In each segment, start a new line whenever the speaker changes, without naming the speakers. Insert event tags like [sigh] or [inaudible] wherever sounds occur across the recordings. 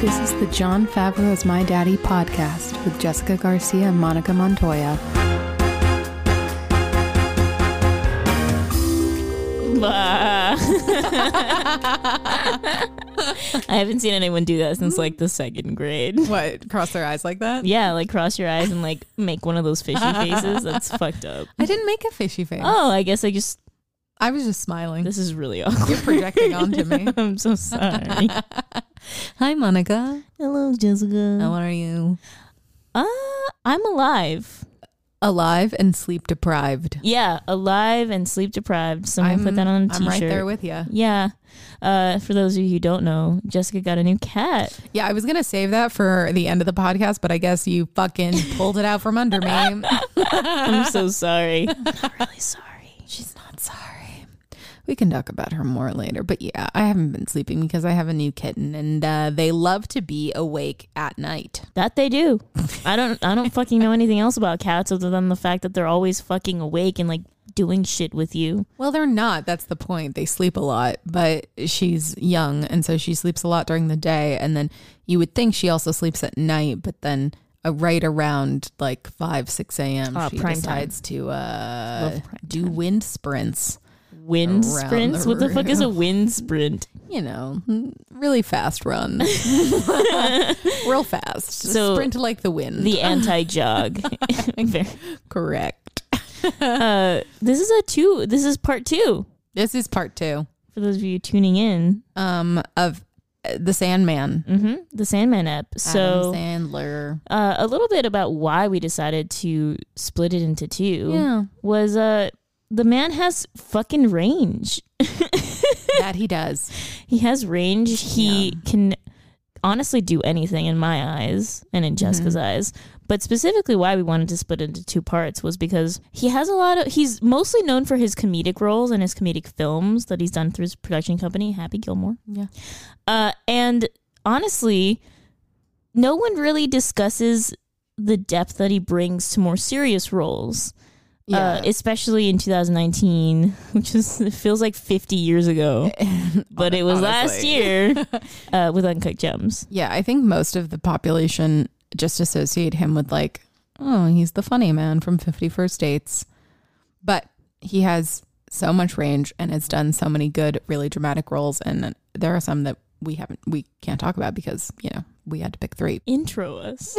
This is the John Favreau is My Daddy podcast with Jessica Garcia and Monica Montoya.
Blah. [laughs] I haven't seen anyone do that since like the second grade.
What? Cross their eyes like that?
Yeah, like cross your eyes and like make one of those fishy faces. That's
[laughs]
fucked up.
I didn't make a fishy face.
Oh, I guess I just
I was just smiling.
this is really [laughs] awkward.
You're projecting onto me.
[laughs] I'm so sorry.
[laughs] Hi, Monica.
Hello, Jessica.
How are you?
Uh, I'm alive.
Alive and sleep deprived.
Yeah, alive and sleep deprived. Someone
I'm-
put that on a
I'm
t-shirt.
right there with you.
yeah. Uh, for those of you who don't know, Jessica got a new cat.
Yeah, I was gonna save that for the end of the podcast, but I guess you fucking pulled it out from under me.
I'm
[laughs]
so sorry. I'm not really sorry.
She's not sorry. We can talk about her more later. But yeah, I haven't been sleeping because I have a new kitten and uh, they love to be awake at night.
That they do. I don't I don't fucking know anything else about cats other than the fact that they're always fucking awake and like doing shit with you.
Well, they're not. That's the point. They sleep a lot, but she's young. And so she sleeps a lot during the day. And then you would think she also sleeps at night, but then uh, right around like 5, 6 a.m.,
Ah,
she
prime time.
decides to uh,
Love prime
do wind sprints.
Wind
Around
sprints?
the
what the fuck is a
room.
wind sprint?
You know, mm, really fast
[laughs]
run, [laughs] real fast.
So,
Sprint like the wind. [laughs]
The anti jog.
Correct.
uh, this is a two this is part two.
This is part two
For those of you tuning in.
um, of uh, the Sandman.
hmm The Sandman app. So
Adam Sandler.
uh, a little bit about why we decided to split it into two
Yeah,
was uh the man has fucking range.
that he does.
He has range. He can honestly do anything in my eyes and in Jessica's eyes. But specifically, why we wanted to split into two parts was because he has a lot of. He's mostly known for his comedic roles and his comedic films that he's done through his production company, Happy Gilmore.
Yeah.
Uh, and honestly, no one really discusses the depth that he brings to more serious roles uh, especially in 2019, [laughs] which is it feels like 50 years ago, but it was last
honestly.
year uh, with Uncut Gems.
Yeah, I think most of the population just associate him with like, oh, he's the funny man from 51st Dates. But he has so much range and has done so many good, really dramatic roles and there are some that we haven't we can't talk about because, you know, we had to pick three.
Intro us.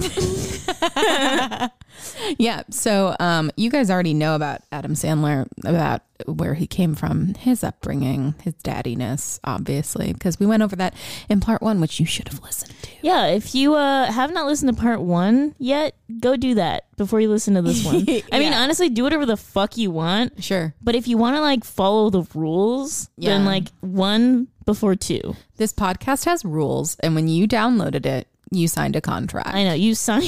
Yeah. So um, you guys already know about Adam Sandler, about where he came from, his upbringing, his daddiness, obviously, because we went over that in part one, which you should have listened to.
[laughs] yeah, if you uh, have not listened to part one yet, go do that before you listen to this one. I mean,
Yeah.
honestly, do whatever the fuck you want.
Sure.
But if you want to like follow the rules, then
Yeah.
like one before two.
This podcast has rules, and when you downloaded it, you signed a contract.
I know you [laughs] signed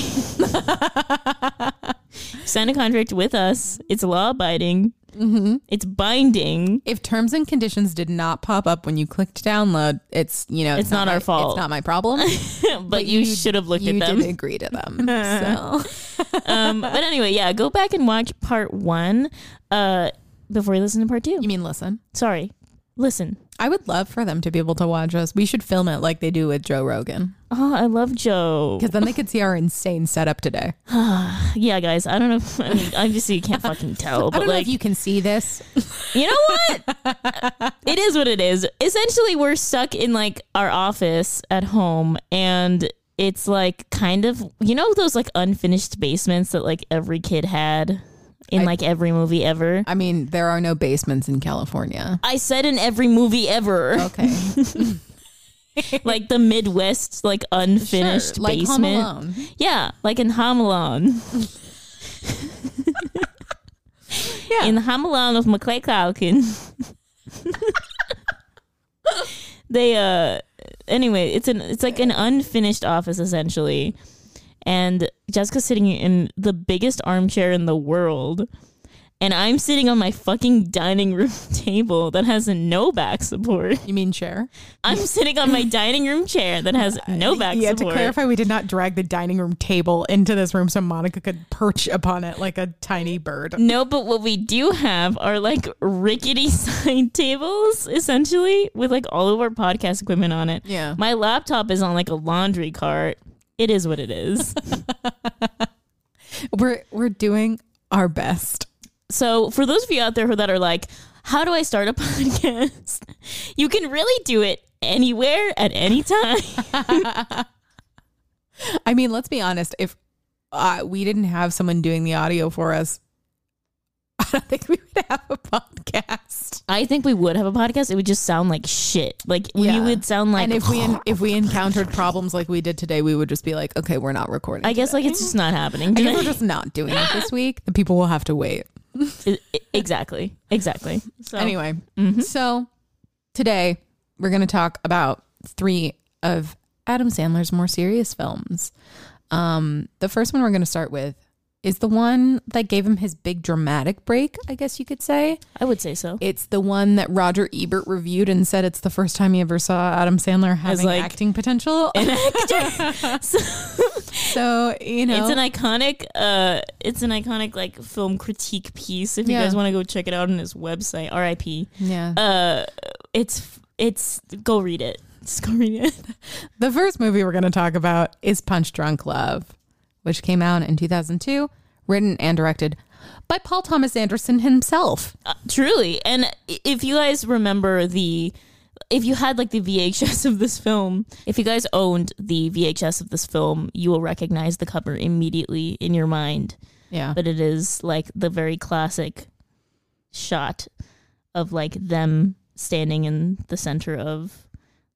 signed a contract with us. It's law abiding. Mm-hmm. It's binding.
If terms and conditions did not pop up when you clicked download, it's you know
It's not our
my-
fault.
It's not my
[laughs]
problem.
but, you, should have looked
you
at
did [laughs]
them.
agree to
[laughs]
them. so
Um, but anyway, yeah, go back and watch part one uh, before you listen to part two.
you mean listen?
Sorry, listen.
I would love for them to be able to watch us. We should film it like they do with Joe Rogan,
Oh, I love Joe.
because then they could see our insane setup
[laughs]
today.
Yeah, guys, I don't know. If, [laughs] I mean, obviously
[laughs]
you can't fucking tell,
I
but
don't know
like,
if you can see this.
you know what?
[laughs]
it is what it is. Essentially, we're stuck in like our office at home, and it's like kind of you know those like unfinished basements that like every kid had in like every movie ever.
I mean, there are no basements in
[laughs]
California.
I said in every movie ever.
Okay,
like the Midwest, like unfinished
Sure, like Home
basement.
Alone.
Yeah, like in Home
[laughs]
Alone. [laughs]
Yeah.
In Home Alone of Macaulay Culkin. [laughs] they uh anyway, it's an it's like an unfinished office essentially. And Jessica's sitting in the biggest armchair in the world. and I'm sitting on my fucking dining room [laughs] table that has no back support.
You mean share?
[laughs] I'm sitting on my dining room chair that has no back
yeah,
support.
to clarify, we did not drag the dining room table into this room so Monica could perch upon it like a tiny bird.
No, but what we do have are like rickety [laughs] side tables, essentially, with like all of our podcast equipment on it.
Yeah.
My laptop is on like a laundry cart. It is what it [laughs] is.
We're we're doing our best.
so, for those of you out there who that are like, how do I start a [laughs] podcast? You can really do it anywhere at any time.
I mean, let's be honest. If uh, we didn't have someone doing the audio for us, [laughs] I don't think we would have a podcast.
[laughs] I think we would have a podcast. It would just sound like shit. Like we
Yeah.
would sound like
and if we if
[laughs]
we encountered problems like we did today, we would just be like, okay, we're not recording.
I guess like it's just not happening.
I guess we're just not doing it this week. The people will have to wait.
exactly. Exactly. [laughs] So mm-hmm.
Anyway, so today we're going to talk about three of Adam Sandler's more serious films. Um, the first one we're going to start with is the one that gave him his big dramatic break, I guess you could say.
I would say so.
It's the one that Roger Ebert reviewed and said it's the first time he ever saw Adam Sandler having
like-
acting potential. [laughs] so, you know,
It's an iconic uh it's an iconic like film critique piece. If you
Yeah.
guys want to go check it out on his website, RIP.
yeah.
Uh it's it's go read it. Just go read it. [laughs]
The first movie we're going to talk about is Punch Drunk Love, which came out in 2002, written and directed by Paul Thomas Anderson himself.
Uh, truly. And i- if you guys remember the if you had like the VHS [laughs] of this film, if you guys owned the VHS of this film, you will recognize the cover immediately in your mind.
Yeah.
But it is like the very classic shot of like them standing in the center of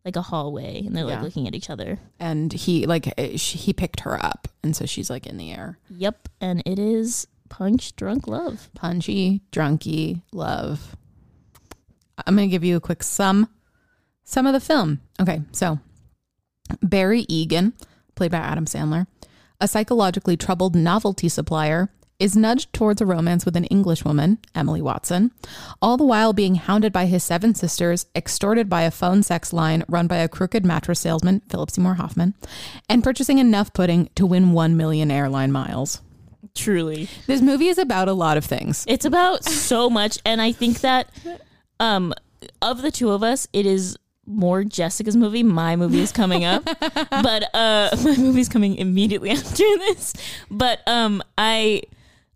like a hallway and they're like
Yeah.
looking at each other.
And he like eh, she, he picked her up, and so she's like in the air.
Yep. And it is punch drunk love.
Punchy, drunky, love. I'm going to give you a quick sum sum of the film. Okay, so Barry Egan, played by Adam Sandler, a psychologically troubled novelty supplier, is nudged towards a romance with an Englishwoman, Emily Watson, all the while being hounded by his seven sisters, extorted by a phone sex line run by a crooked mattress salesman, Philip Seymour Hoffman, and purchasing enough pudding to win 1 million airline miles.
Truly.
This movie is about a lot of things.
It's about so much, and I think that um of the two of us, it is more Jessica's movie. My movie is
[laughs]
coming up, but uh, [laughs] my movie's coming immediately [laughs] after this. But um, I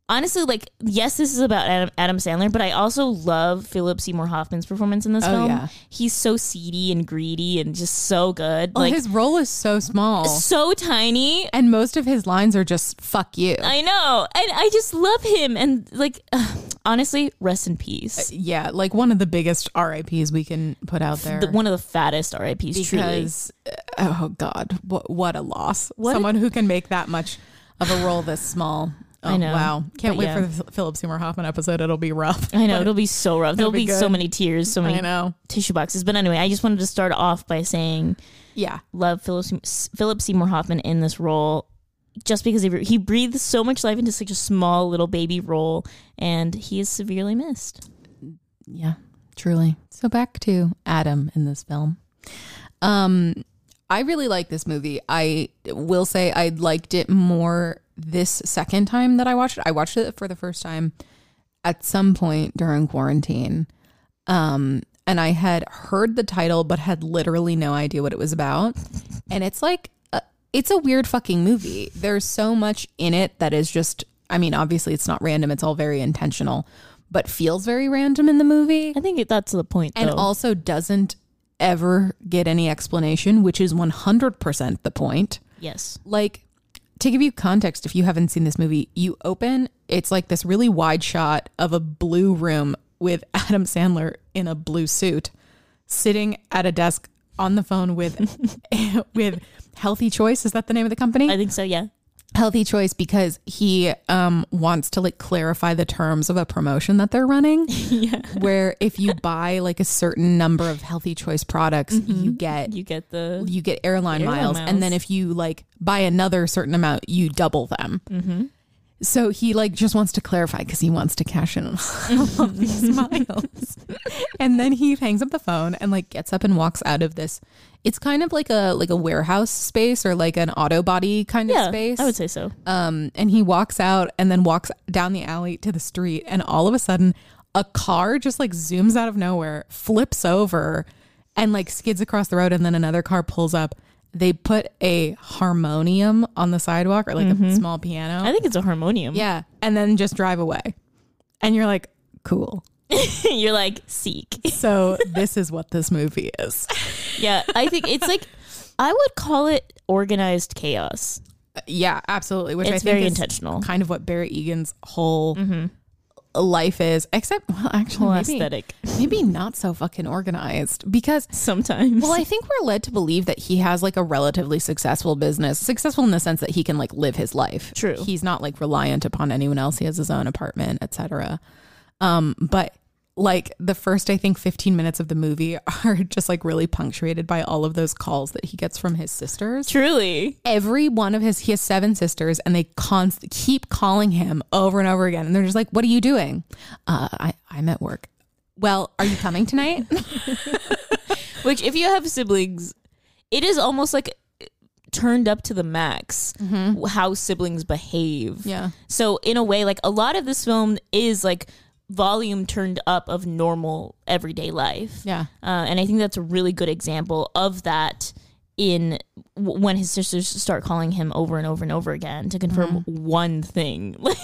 honestly like yes, this is about Adam, Adam Sandler, but I also love Philip Seymour Hoffman's performance in this
Oh,
film.
yeah.
He's so seedy and greedy and just so good,
Well,
like
Oh, his role is so small,
so tiny.
and most of his lines are just "fuck you."
I know, and I just love him, and like [sighs] honestly, rest in peace.
yeah, like one of the biggest RIPS we can put out there.
the, one of the fattest RIPs. Truly,
because uh, oh god, what what a loss!
What a-
Someone who can make that much of a role this small. Oh,
I know,
Wow, can't
but
wait
yeah.
for the Phil- Philip Seymour Hoffman episode. It'll be rough.
I know it'll be so rough. There'll
be
be, so
good.
many tears, so
I
many
know.
tissue boxes. But anyway, I just wanted to start off by saying
Yeah,
love Philip Seym- S- Philip Seymour Hoffman in this role, just because he, he breathes so much life into such a small little baby role, and he is severely missed.
yeah, truly. So back to Adam in this film. Um, I really like this movie. I will say I liked it more this second time that I watched it. I watched it for the first time at some point during quarantine. Um, and I had heard the title, but had literally no idea what it was about. And it's like, uh, it's a weird fucking movie. There's so much in it that is just, I mean, obviously it's not random, it's all very intentional, but feels very random in the movie
I think that's the point,
and
though.
also doesn't ever get any explanation, which is 100% the point.
yes,
Like, to give you context, if you haven't seen this movie, you open, it's like this really wide shot of a blue room with [laughs] Adam Sandler in a blue suit sitting at a desk on the phone with [laughs] with Healthy Choice. Is that the name of the company?
I think so. Yeah, [laughs]
Healthy Choice because he um, wants to like clarify the terms of a promotion that they're running.
yeah.
where if you buy like a certain number of healthy choice products you get
Mm-hmm. You get the
you get airline,
Airline
miles,
miles. Mm-hmm.
and then if you like buy another certain amount you double them So he like just wants to clarify because he wants to cash in on all
Mm-hmm.
of these
[laughs]
miles. and then he hangs up the phone and like gets up and walks out of this. It's kind of like a like a warehouse space or like an auto body kind
yeah,
of space.
I would say so.
Um, and he walks out and then walks down the alley to the street, and all of a sudden, a car just like zooms out of nowhere, flips over, and like skids across the road, and then another car pulls up. They put a harmonium on the sidewalk or like a small piano.
Mm-hmm. I think it's a harmonium.
yeah, and then just drive away, and you're like, cool.
[laughs] [laughs] You're like seek.
So this is what this movie is.
Yeah, I think it's like I would call it organized chaos.
Yeah, absolutely. Which I
It's
think
very
is
intentional. Mm-hmm.
Kind of what Barry Egan's whole life is, except well, actually,
Whole
maybe-
aesthetic
maybe not so fucking organized because [laughs]
sometimes.
well i think we're led to believe that he has like a relatively successful business successful in the sense that he can like live his life
True.
he's not like reliant upon anyone else he has his own apartment etc um but like the first i think 15 minutes of the movie [laughs] are just like really punctuated by all of those calls that he gets from his sisters
Truly.
every one of his he has seven sisters and they const- keep calling him over and over again and they're just like what are you doing uh, I, i'm at work well are you coming tonight
Which, if you have siblings, it is almost like uh, turned up to the max how siblings
[laughs]
behave.
Mm-hmm. Yeah.
So, in a way, like a lot of this film is like volume turned up of normal everyday life.
yeah
Uh, and I think that's a really good example of that in w- when his sisters start calling him over and over and over again to confirm
Mm-hmm.
one thing. Like,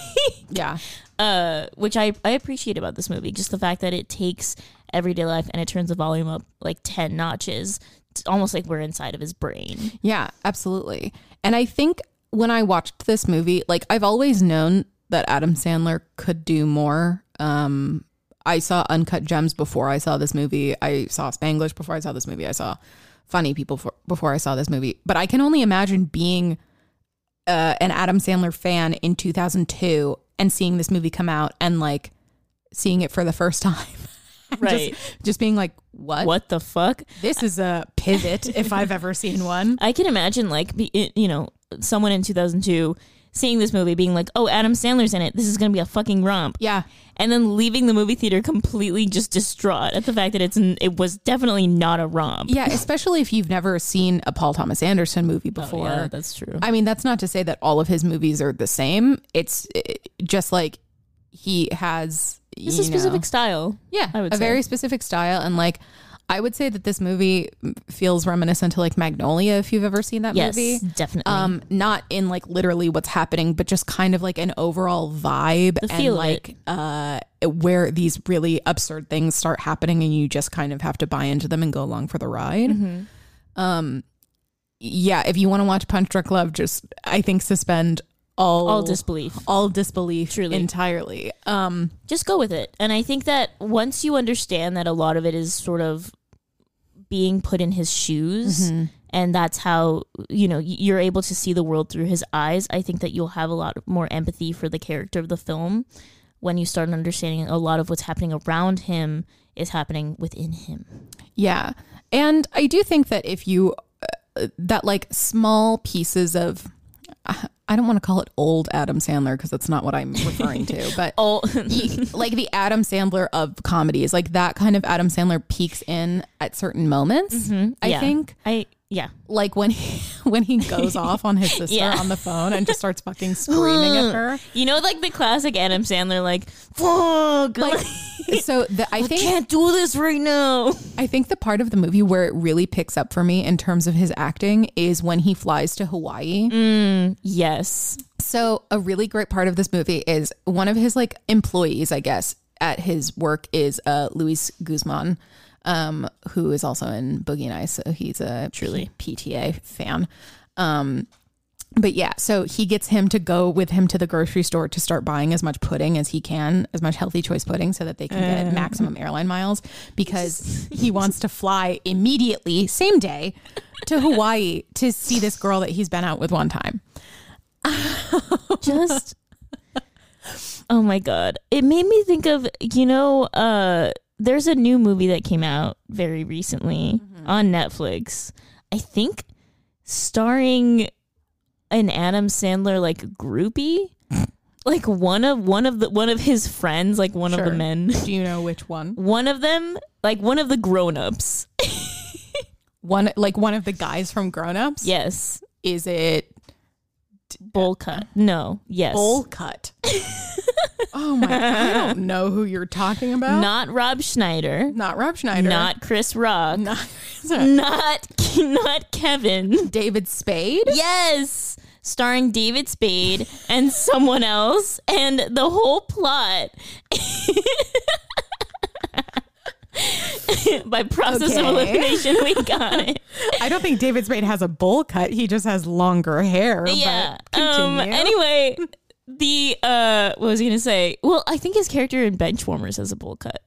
yeah
uh, which I, I appreciate about this movie. Just the fact that it takes everyday life and it turns the volume up like 10 notches. It's almost like we're inside of his brain. [laughs]
Yeah, absolutely. And I think when I watched this movie, like I've always known that Adam Sandler could do more. Um, I saw Uncut Gems before I saw this movie. I saw Spanglish before I saw this movie. I saw Funny People for, before I saw this movie. But I can only imagine being uh, an Adam Sandler fan in 2002 and seeing this movie come out and like seeing it for the first [laughs] time.
Right.
just, just being like, what?
what the fuck?
This is a pivot if I've ever
[laughs]
seen one.
I can imagine like be, it- you know someone in 2002 seeing this movie being like, "Oh, Adam Sandler's in it. This is going to be a fucking romp."
Yeah.
And then leaving the movie theater completely just distraught at the fact that it's n- it was definitely not a romp.
Yeah, especially if you've never seen a Paul Thomas Anderson movie before.
Oh, Yeah, that's true.
I mean, that's not to say that all of his movies are the same. It's uh, just like he has
It's
you
a
know,
specific style.
yeah,
I would
a
say.
very specific style, and like I would say that this movie mm, feels reminiscent to like Magnolia, if you've ever seen that
Yes,
movie.
definitely.
Um, not in like literally what's happening, but just kind of like an overall vibe
The
and
feel of
like uh where these really absurd things start happening and you just kind of have to buy into them and go along for the ride. Um
Mm-hmm.
yeah, if you want to watch Punch Drunk Love, just I think suspend all
All disbelief.
all disbelief
Truly.
entirely. Um
just go with it. And I think that once you understand that a lot of it is sort of being put in his shoes and that's how you know y- you're able to see the world through his eyes, I think that you'll have a lot more empathy for the character of the film when you start understanding a lot of what's happening around him is happening within him.
Yeah. And I do think that if you, uh, that like small pieces of, I don't want to call it old Adam Sandler because that's not what I'm referring to,
[laughs]
but
[laughs] Oh,
he- like the Adam Sandler of comedies, like that kind of Adam Sandler peaks in at certain moments. I
Mm-hmm. yeah.
think
I yeah.
like when he, [laughs] when he goes off on his sister
Yeah.
on the phone and just starts fucking [gasps] screaming at
[gasps]
her.
You know like the classic Adam Sandler like fuck like, [laughs]
So the, I
I
think
can't do this right now.
I think the part of the movie where it really picks up for me in terms of his acting is when he flies to Hawaii.
[laughs] Yes.
So a really great part of this movie is one of his like employees, I guess, at his work is uh Luis Guzman, um, who is also in Boogie and I, so he's a truly PTA fan. Um but yeah, so he gets him to go with him to the grocery store to start buying as much pudding as he can, as much healthy choice pudding, so that they can get maximum airline miles because he wants to fly immediately, same day, to Hawaii to see this girl that he's been out with one time.
just [laughs] oh my god it made me think of you know uh there's a new movie that came out very recently
Mm-hmm.
on netflix i think starring an adam sandler like groupie like one of one of the one of his friends, like one of
Sure.
the men,
Do you know which one?
one of them, like one of the grown-ups.
One like one of the guys from Grown Ups.
Yes.
Is it
Bowl cut. No. Yes.
[laughs]
bowl cut? oh my! I don't know who you're talking about.
Not Rob Schneider.
Not Rob Schneider. [laughs]
Not Chris Rock.
not
Not [laughs] not Kevin.
David Spade?
Yes. Starring David Spade and someone else and the whole plot. [laughs] By process of
Okay.
elimination, we got [laughs] it.
I don't think David Spade has a bowl cut. He just has longer hair. but
yeah. Um.
continue.
Anyway, the uh, what was he gonna say? Well, I think his character in Benchwarmers has a bowl cut.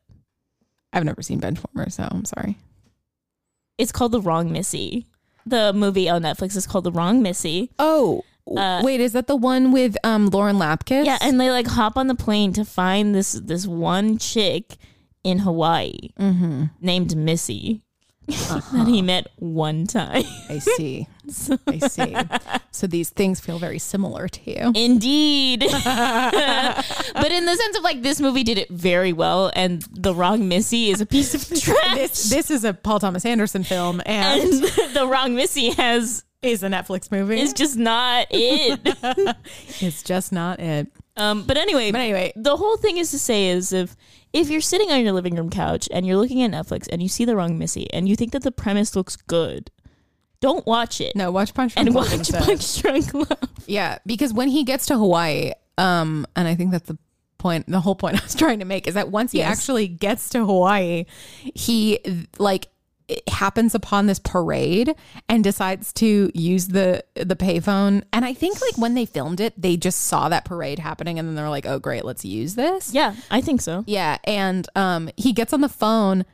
I've never seen Benchwarmer, so I'm sorry.
It's called The Wrong Missy. The movie on Netflix is called The Wrong Missy.
Oh,
Uh,
wait, is that the one with um Lauren Lapkus?
Yeah, and they like hop on the plane to find this this one chick in Hawaii
Mm-hmm.
named Missy [laughs] that
Uh-huh.
he met one time.
[laughs]
[laughs]
I see. I see. So these things feel very similar to you.
Indeed. [laughs] but in the sense of like this movie did it very well and The Wrong Missy is a piece of trash.
[laughs] This this is a Paul Thomas Anderson film and,
and [laughs] The Wrong Missy has
is a Netflix movie.
is
It's,
just not it.
just not it.
Um, but anyway,
But anyway,
the whole thing is to say is if if you're sitting on your living room couch and you're looking at Netflix and you see the wrong Missy and you think that the premise looks good, don't watch it.
no, watch Punch
And
Drunk Love
watch
instead.
[laughs] Punch Drunk Love.
Yeah, because when he gets to Hawaii, um, and I think that's the point, the whole point [laughs] I was trying to make is that once he
He
actually
actually gets to Hawaii.
he like it happens upon this parade and decides to use the the payphone. And I think like when they filmed it, they just saw that parade happening, and then they were like, "Oh, great, let's use this."
Yeah, I think so.
Yeah, and um, he gets on the phone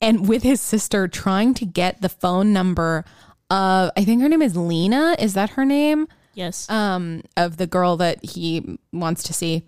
and with his sister trying to get the phone number of I think her name is Lena. Is that her name?
Yes.
Um, of the girl that he wants to see.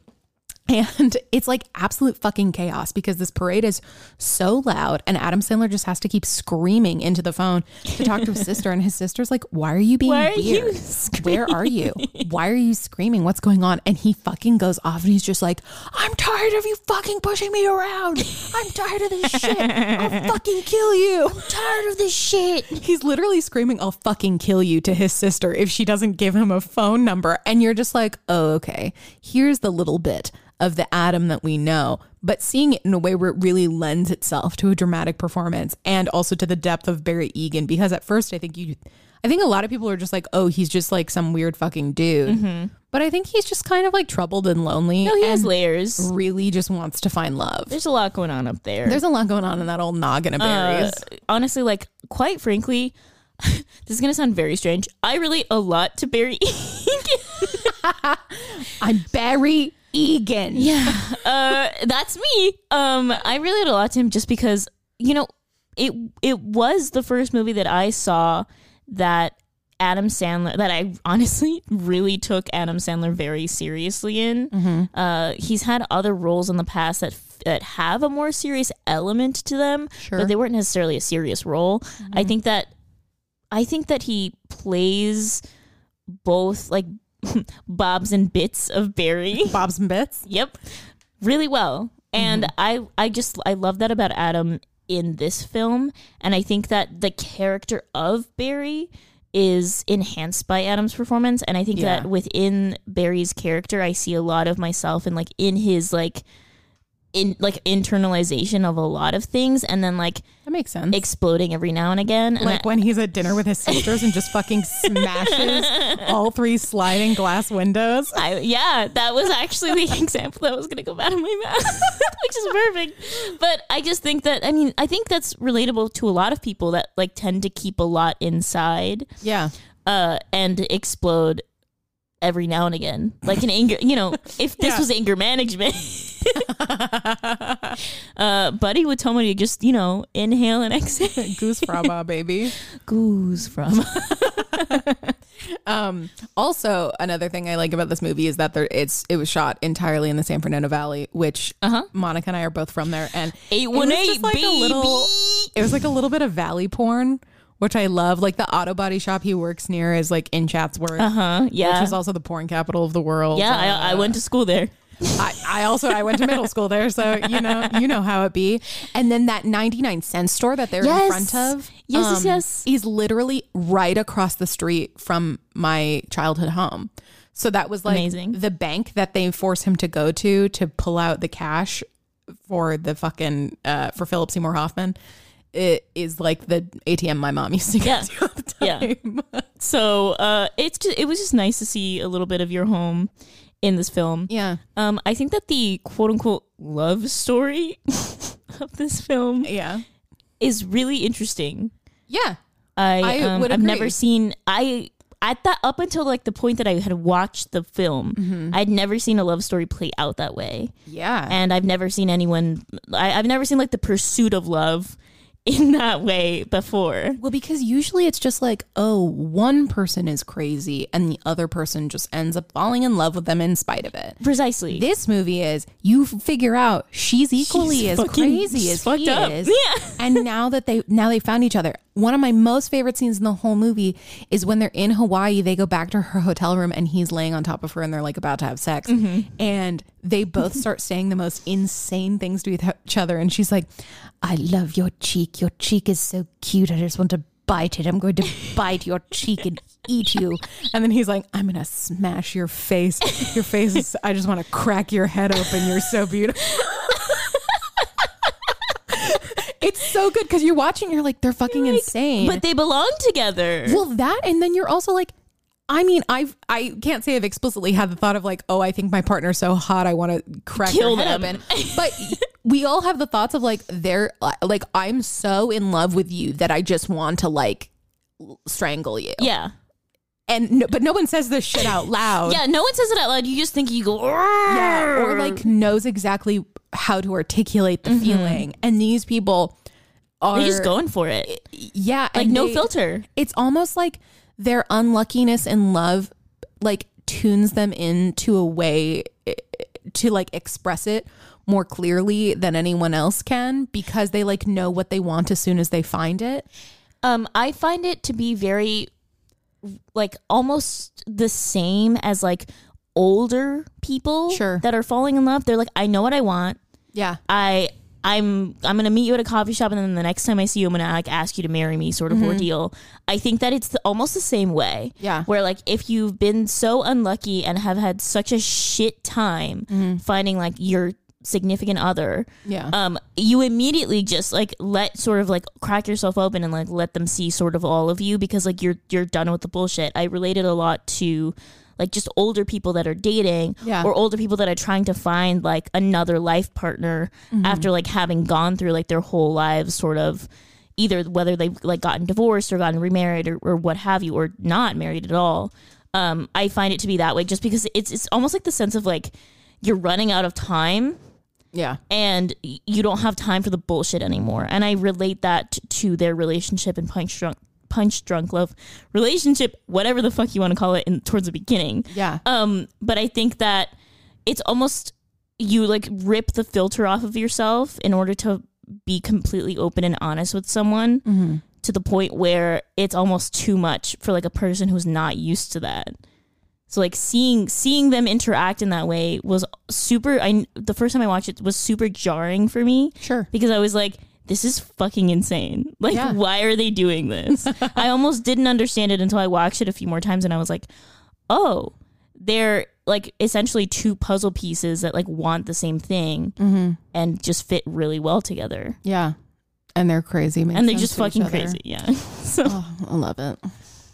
And [laughs] it's like absolute fucking chaos because this parade is so loud, and Adam Sandler just has to keep screaming into the phone to talk
[laughs]
to his sister. And his sister's like, "Why are you being
Why are
weird?
you screaming?"
[laughs] Where are you? Why are you screaming? What's going on?" And he fucking goes off, and he's just like, "I'm tired of you fucking pushing me around. I'm tired of this shit.
[laughs]
I'll fucking kill you. I'm tired of this shit." He's literally screaming, "I'll fucking kill you!" to
to his sister if she doesn't give him a phone number.
and you're just like, oh, okay, here's the little bit of the Adam that we know, but seeing it in a way where it really lends itself to a dramatic performance and also to the depth of Barry Egan, because at first I think you, I think a lot of people are just like, oh, he's just like some weird fucking dude, but I think he's just kind of like troubled and lonely.
Mm-hmm. no, he has
and
layers.
really just wants to find love.
There's a lot going on up there.
There's a lot going on in that old noggin of
Uh,
Barry's.
honestly, like quite frankly, [laughs] this is gonna sound very strange. I relate a lot to Barry Egan.
I'm Barry Egan.
[laughs] Yeah, uh, that's me. Um, I relate a lot to him just because you know it. It was the first movie that I saw that Adam Sandler that I [laughs] honestly really took Adam Sandler very seriously in. Uh, he's had other roles in the past that that have a more serious element to them,
Sure.
but they weren't necessarily a serious role. I think that I think that he plays both like [laughs] bobs and bits of Barry
Bob's and Bits.
yep really well and i i just i love that about adam in this film and i think that the character of barry is enhanced by adam's performance and i think
Yeah.
that within barry's character i see a lot of myself and like in his like in like internalization of a lot of things and then like
That makes sense.
exploding every now and again and
Like
I-
when he's at dinner with his sisters and just fucking smashes all three sliding glass windows.
I, yeah, that was actually the [laughs] example that was going to come out of my mouth, [laughs] which is perfect. But I just think that, I mean, I think that's relatable to a lot of people that like tend to keep a lot inside
yeah.
uh, and explode every now and again. Like an anger, you know, if this
Yeah.
was anger management, [laughs] uh, Buddy would tell me to just, you know, inhale and
[laughs]
exhale.
Goose Fraba, [laughs] baby.
Goose [laughs] from.
Um, also, another thing I like about this movie is that there, it's it was shot entirely in the San Fernando Valley, which Monica and I are both from there, and it was just
818
like a
baby.
little- it was like a little bit of valley porn
which I love. Like the auto body shop he works near is like in Chatsworth,
Uh huh. Yeah.
which is also the porn capital of the world.
yeah. I, I went to school there.
I, I also I went to middle school there, so you know you know how it be. And then that ninety nine cent store that they're in
Yes.
front of,
Yes, yes, yes.
is literally right across the street from my childhood home. So that was like
Amazing.
the bank that they force him to go to to pull out the cash for the fucking uh, for Philip Seymour Hoffman. It is like the ATM my mom used to go
Yeah.
to all the
Yeah.
[laughs]
time. Yeah.
So uh, it's just, it was just nice to see a little bit of your home in this film.
yeah,
Um, I think that the quote unquote love story [laughs] of this film
yeah,
is really interesting.
yeah,
I,
I
um,
would
I've never
agree.
seen I I thought up until like the point that I had watched the film, I'd never seen a love story play out that way, and I've never seen anyone. I, I've never seen like the pursuit of love in that way before.
Well, because usually it's just like, oh, one person is crazy and the other person just ends up falling in love with them in spite of it.
Precisely.
This movie is you figure out she's equally
She's
as
fucking-
crazy
she's
as
fucked
he
up. [laughs]
is.
Yeah.
and now that they now they found each other, one of my most favorite scenes in the whole movie is when they're in Hawaii. They go back to her hotel room and he's laying on top of her and they're like about to have sex,
Mm-hmm.
and they both start saying the most insane things to each other. And she's like,
I love your cheek. Your cheek is so cute. I just want to bite it. I'm going to bite your cheek and eat you.
And then he's like, I'm going to smash your face. Your face is, I just want to crack your head open. You're so beautiful. it's so good because you're watching, you're like, they're fucking insane.
But they belong together.
well, that, and then you're also like, I mean, I've I can't say I've explicitly had the thought of like, oh, I think my partner's so hot, I want to crack
Kill
their head
them. [laughs]
open. But we all have the thoughts of like, they're like, I'm so in love with you that I just want to like strangle you.
yeah.
And no, but no one says this shit out loud.
Yeah, no one says it out loud. You just think you go,
yeah, or like knows exactly how to articulate
Mm-hmm.
the feeling. And these people are
they're just going for it.
yeah,
Like,
and
no
they-
filter.
It's almost like their unluckiness in love, like tunes them into a way eh, to like express it more clearly than anyone else can because they like know what they want as soon as they find it.
Um, I find it to be very, like, almost the same as like older people
Sure.
that are falling in love. They're like, I know what I want.
Yeah.
I I'm I'm gonna meet you at a coffee shop, and then the next time I see you, I'm gonna like ask you to marry me, sort of ordeal. I think that it's the, almost the same way.
Mm-hmm. Yeah.
where like if you've been so unlucky and have had such a shit time
Mm-hmm.
finding like your significant other,
Yeah.
um, you immediately just like let sort of like crack yourself open and like let them see sort of all of you because like you're you're done with the bullshit. I related a lot to like just older people that are dating
Yeah.
or older people that are trying to find like another life partner
Mm-hmm.
after like having gone through like their whole lives sort of either whether they've like gotten divorced or gotten remarried or, or what have you or not married at all um i find it to be that way just because it's it's almost like the sense of like you're running out of time
yeah.
and y- you don't have time for the bullshit anymore. And I relate that t- to their relationship and punch drunk punch drunk love relationship, whatever the fuck you want to call it, in towards the beginning.
Yeah.
Um, but I think that it's almost you like rip the filter off of yourself in order to be completely open and honest with someone
Mm-hmm.
to the point where it's almost too much for like a person who's not used to that. So like seeing seeing them interact in that way was super I the first time I watched it was super jarring for me
Sure.
because I was like this is fucking insane. [laughs] Like
Yeah.
why are they doing
[laughs]
this? I almost didn't understand it until I watched it a few more times and I was like, "Oh, they're like essentially two puzzle pieces that like want the same thing
Mm-hmm.
and just fit really well together."
Yeah. And they're crazy. makes
and they're
sense
just
to each
fucking
other.
crazy. Yeah. [laughs]
[laughs]
so
Oh, I love it.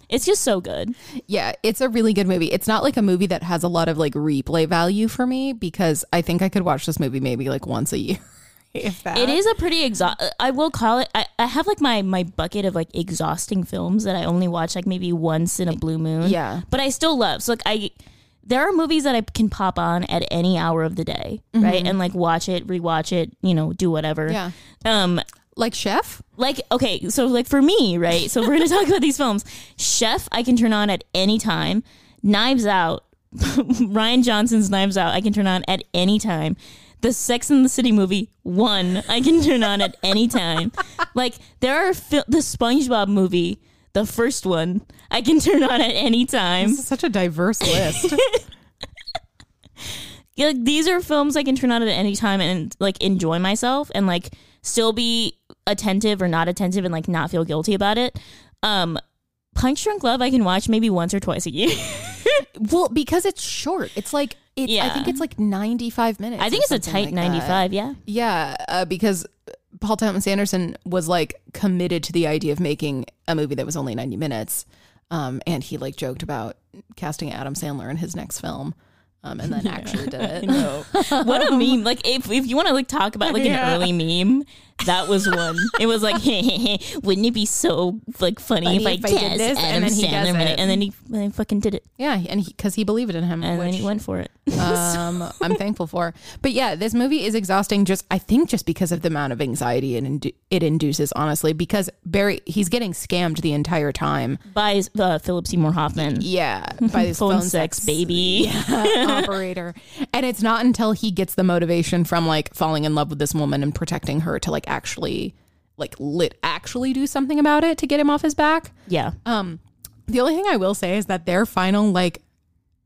it's just so good.
Yeah, it's a really good movie. It's not like a movie that has a lot of like replay value for me because I think I could watch this movie maybe like once a year. If that.
It is a pretty exhaust. I will call it. I, I have like my my bucket of like exhausting films that I only watch like maybe once in a blue moon.
Yeah.
but I still love. So like I, there are movies that I can pop on at any hour of the day, right? And like watch it, rewatch it, you know, do whatever.
Mm-hmm. Yeah.
Um,
Like Chef?
like okay, so like for me, right? So we're gonna talk about these films. Chef, I can turn on at any time. [laughs] Knives Out, Ryan Johnson's Knives Out, I can turn on at any time. the Sex and the City movie one I can turn on at any time. Like there are fil- the SpongeBob movie, the first one I can turn on at any time.
This is such a diverse list.
Yeah, like these are films I can turn on at any time and like enjoy myself and like still be attentive or not attentive and like not feel guilty about it. Um Punch Drunk Love I can watch maybe once or twice
[laughs]
a year.
well, because it's short. It's like it, I
Yeah.
think it's like 95 minutes.
I
or
think it's a
something
tight
like that. [laughs]
95, yeah.
Yeah, uh, because Paul Thomas Anderson was like committed to the idea of making a movie that was only 90 minutes. Um, and he like joked about casting Adam Sandler in his next film. Um, and
[laughs]
then actually did it.
What a meme. Like if if you want to like talk about like an early meme, that was one. it was like [laughs] wouldn't it be so like funny, if I,
if I did
cast
this? And
Adam
then he does
Sandler in it.
it.
and then he and he fucking did it
Yeah, and because he, believed in him,
and then
which
he went for it. [laughs]
um, I'm thankful for. But yeah, this movie is exhausting. Just I think just because of the amount of anxiety it, indu- it induces, honestly, because Barry he's getting scammed the entire time.
By uh, Philip Seymour
[laughs]
Hoffman.
Yeah, by this
Phone sex, baby.
[laughs] operator. And it's not until he gets the motivation from like falling in love with this woman and protecting her to like actually like lit actually do something about it to get him off his back.
Yeah.
Um the only thing I will say is that their final like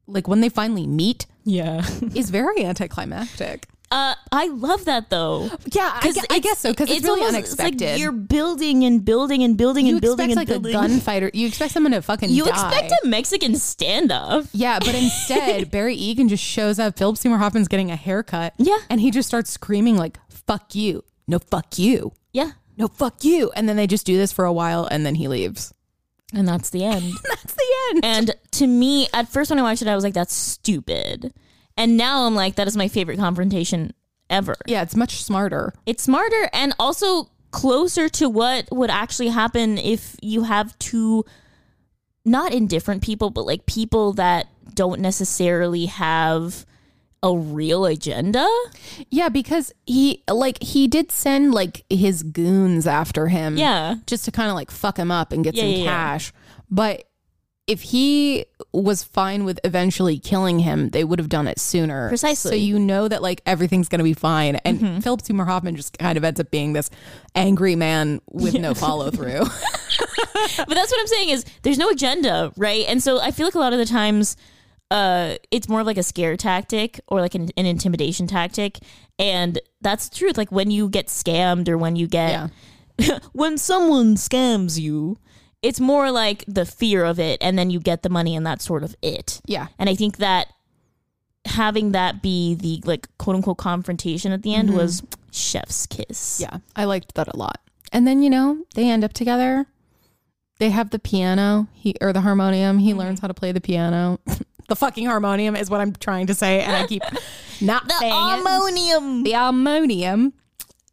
like when they finally meet
Yeah.
[laughs] is very anticlimactic.
Uh, I love that though.
Yeah, I, gu- I
it's-
guess so because it's, really
almost-
unexpected.
It's like you're building and building and building
you
and building
expect
and
like
building.
a gunfighter. You expect someone to fucking
you
die.
expect a Mexican standoff.
yeah, [laughs] but instead Barry Egan just shows up. Philip Seymour Hoffman's getting a haircut.
Yeah.
and he just starts screaming like "fuck you," no "fuck you,"
Yeah.
no "fuck you," and then they just do this for a while, and then he leaves. [laughs]
And that's the end.
That's the end.
and to me, at first when I watched it, I was like, that's stupid. And now I'm like, that is my favorite confrontation ever.
yeah, it's much smarter.
It's smarter and also closer to what would actually happen if you have two not indifferent people, but like people that don't necessarily have a real agenda.
Yeah, because he like he did send like his goons after him.
Yeah.
just to kind of like fuck him up and get
Yeah,
some
yeah, yeah.
cash. But if he was fine with eventually killing him, they would have done it sooner.
Precisely. Mm-hmm.
So you know that like everything's going to be fine. And Philip Seymour Hoffman just kind of ends up being this angry man with
[laughs]
no follow through.
but that's what I'm saying is there's no agenda, right? And so I feel like a lot of the times uh, it's more of like a scare tactic or like an, an intimidation tactic. And that's the truth. Like when you get scammed or when you get, [laughs] when someone scams you, it's more like the fear of it. And then you get the money and that's sort of it.
yeah.
And I think that having that be the like quote unquote confrontation at the end was chef's kiss.
Yeah. I liked that a lot. And then, you know, they end up together. They have the piano he, or the harmonium. He learns how to play the piano. the fucking harmonium is what I'm trying to say. And I
[laughs]
keep not
The
saying it.
ammonium.
the harmonium.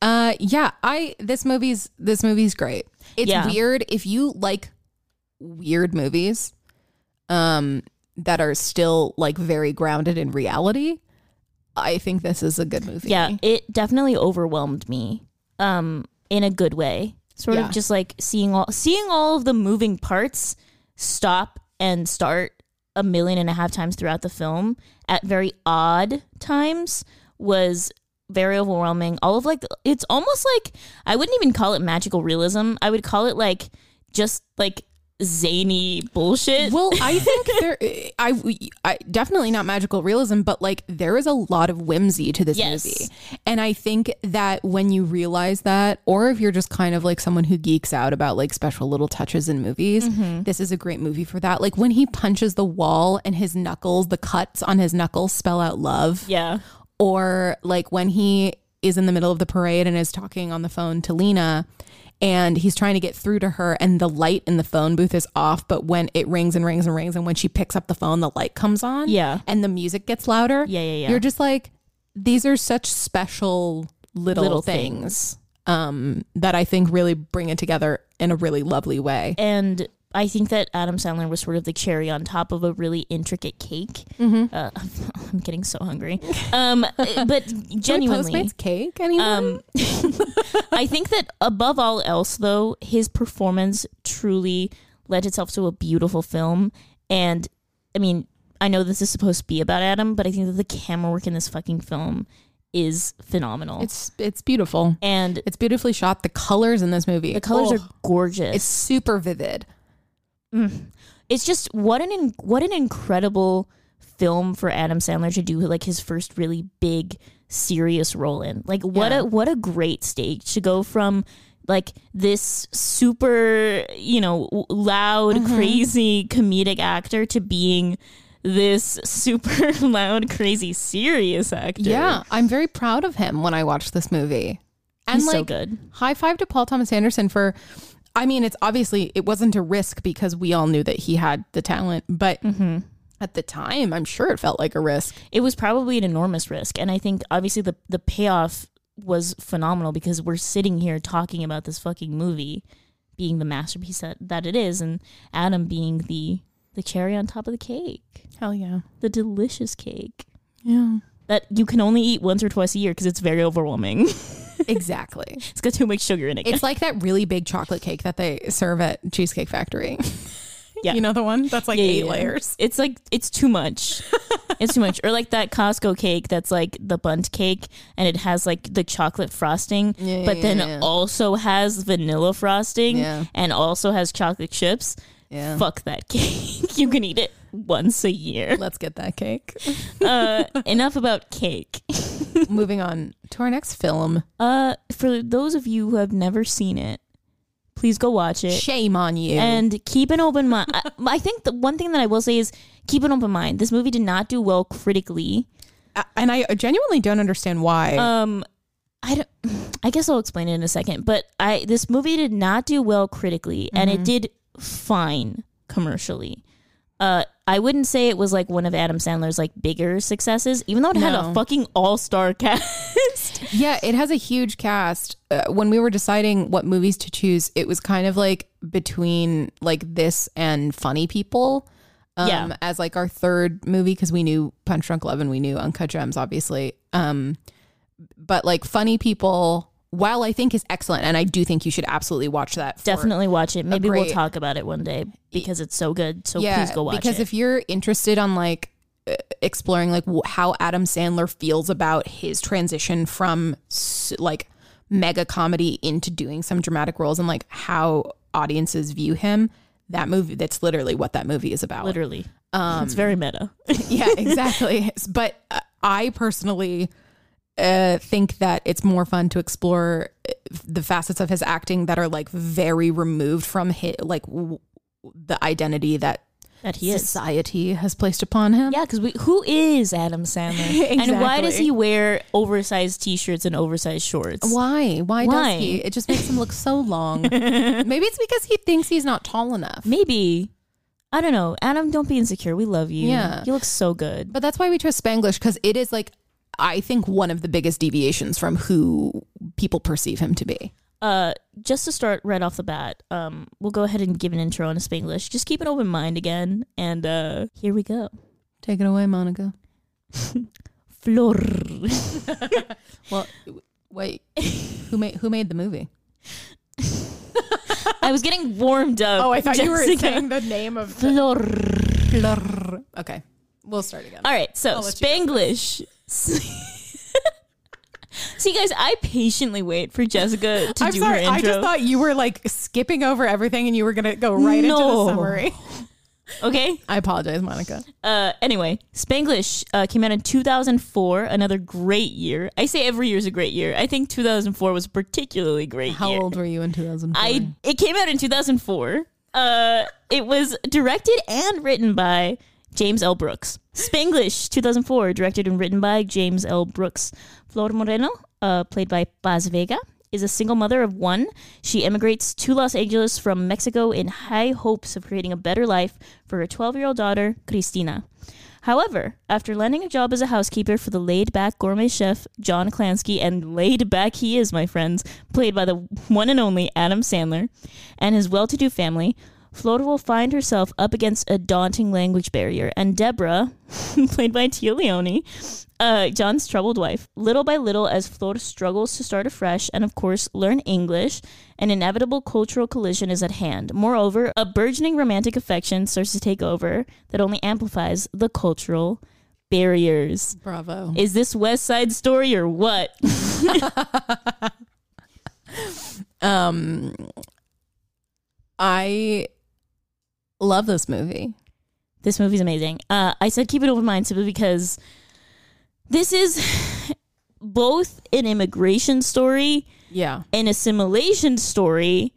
Uh, yeah, I this movie's this movie's great. It's
Yeah.
weird if you like weird movies, um, that are still like very grounded in reality. I think this is a good movie.
Yeah, it definitely overwhelmed me um in a good way. Sort
Yeah.
of just like seeing all seeing all of the moving parts stop and start a million and a half times throughout the film at very odd times was very overwhelming. All of like it's almost like I wouldn't even call it magical realism. I would call it like just like zany bullshit.
Well,
[laughs]
I think there, I, I definitely not magical realism, but like there is a lot of whimsy to this
Yes.
movie, and I think that when you realize that, or if you're just kind of like someone who geeks out about like special little touches in movies,
Mm-hmm.
this is a great movie for that. Like when he punches the wall and his knuckles, the cuts on his knuckles spell out love,
yeah.
or like when he is in the middle of the parade and is talking on the phone to Lena and he's trying to get through to her and the light in the phone booth is off but when it rings and rings and rings and when she picks up the phone the light comes on
Yeah.
and the music gets louder
Yeah, yeah, yeah.
you're just like these are such special little,
Little
things, um that I think really bring it together in a really lovely way
and I think that Adam Sandler was sort of the cherry on top of a really intricate cake.
Mm-hmm.
Uh, [laughs] I'm getting so hungry, um,
[laughs]
but
Can we
genuinely,
Postmates cake anyone
um, [laughs] I think that above all else, though, his performance truly lent itself to a beautiful film. And I mean, I know this is supposed to be about Adam, but I think that the camera work in this fucking film is phenomenal.
It's it's beautiful.
and
It's beautifully shot. The colors in this movie.
the colors
Oh,
are gorgeous.
It's super vivid.
Mm. It's just what an in, what an incredible film for Adam Sandler to do like his first really big serious role in. Like what a what a great stage to go from like this super, you know, w- loud,
Mm-hmm.
crazy comedic actor to being this super [laughs] loud, crazy serious actor.
Yeah.
I'm very proud of him when I watch this movie. And
He's so
like
good.
high
[laughs]
five to Paul Thomas Anderson for I mean, it's obviously it wasn't a risk because we all knew that he had the talent, but
Mm-hmm.
at the time, I'm sure it felt like a risk.
it was probably an enormous risk and i think obviously the the payoff was phenomenal because we're sitting here talking about this fucking movie being the masterpiece that, that it is and adam being the the cherry on top of the cake
Hell yeah.
the delicious cake
Yeah.
that you can only eat once or twice a year because it's very overwhelming [laughs]
Exactly.
it's got too much sugar in it
it's like that really big chocolate cake that they serve at
[laughs]
Cheesecake Factory.
Yeah.
You know the one? That's like
Yeah, yeah,
eight
yeah.
layers.
It's like it's too
[laughs]
much. it's too much. Or like that Costco cake that's like the bunt cake and it has like the chocolate frosting,
Yeah,
but
yeah,
then
yeah, yeah.
also has vanilla frosting
Yeah.
and also has chocolate chips.
Yeah.
Fuck that cake. [laughs] you can eat it once a
[laughs]
year.
Let's get that cake.
Uh, enough about cake.
Moving on to our next film.
Uh, for those of you who have never seen it, please go watch it.
Shame on you.
and keep an open mind. [laughs] I, I think the one thing that I will say is keep an open mind. This movie did not do well critically.
and I genuinely don't understand why.
Um, I don't. I guess I'll explain it in a second. But I this movie did not do well critically, and
Mm-hmm.
it did fine commercially. Uh, I wouldn't say it was like one of Adam Sandler's like bigger successes, even though it had a
No.
fucking all star [laughs] cast.
Yeah, it has a huge cast. Uh, when we were deciding what movies to choose, it was kind of like between like this and Funny People. Um,
Yeah.
As like our third movie because we knew Punch Drunk Love and we knew Uncut Gems, obviously. Um, but like Funny People, while I think is excellent, and I do think you should absolutely watch that. for-
Definitely watch it. Maybe we'll
great-
talk about it one day because it's so good. So
yeah,
please go watch
because
it.
if you're interested on like uh, exploring like wh- how Adam Sandler feels about his transition from s- like mega comedy into doing some dramatic roles and like how audiences view him, that movie that's literally what that movie is about.
Literally,
Um,
it's very meta. [laughs]
yeah, exactly. S- But uh, I personally uh, think that it's more fun to explore uh, the facets of his acting that are like very removed from [laughs] his like w- the identity that
that he is.
society has placed upon him.
Yeah, because we who is Adam Sandler,
[laughs]
and why does
Exactly.
he wear oversized T-shirts and oversized shorts?
Why? Why?
Why?
does he? It just makes [laughs] him look so long. Maybe it's because he thinks he's not tall enough.
Maybe I don't know. Adam, don't be insecure. We love you.
Yeah.
you look so good.
But that's why we chose Spanglish because it is like I think one of the biggest deviations from who people perceive him to be.
Uh, just to start right off the bat, um, we'll go ahead and give an intro in Spanglish. Just keep an open mind again, and uh, here we go.
Take it away, Monica.
Flor. [laughs]
Well, wait. Who made who made the movie?
I was getting warmed up.
Oh,
Jessica.
the name [laughs] of
[laughs] Flor.
Okay, we'll start
[laughs]
again.
All right, so
let you go
Spanglish. [laughs] See, guys, I patiently wait for Jessica to
I'm
do
sorry.
her intro.
I just thought you were like skipping over everything and you were gonna go right into
No.
the summary.
okay.
[laughs] I apologize, Monica.
Uh, anyway, Spanglish uh, came out in 2004, another great year. I say every year is a great year. I think 2004 was a particularly great
How
year.
old were you in 2004?
I it came out in 2004. Uh, it was directed and written by James L. Brooks. Spanglish 2004, directed and written by James L. Brooks. Flor Moreno, uh, played by Paz Vega, is a single mother of one. She emigrates to Los Angeles from Mexico in high hopes of creating a better life for her 12 year old daughter, Cristina. However, after landing a job as a housekeeper for the laid back gourmet chef John Klansky, and laid back he is, my friends, played by the one and only Adam Sandler, and his well to do family, Florida will find herself up against a daunting language barrier, and Deborah, [laughs] played by Tia Leone, uh, John's troubled wife. Little by little, as Florida struggles to start afresh and, of course, learn English, an inevitable cultural collision is at hand. Moreover, a burgeoning romantic affection starts to take over that only amplifies the cultural barriers.
Oh.
Bravo.
Is this West Side Story or what? [laughs]
Um, I love this movie.
This movie's amazing. Uh, I said keep an open mind simply because this is [sighs] both an immigration story
Yeah.
an assimilation story.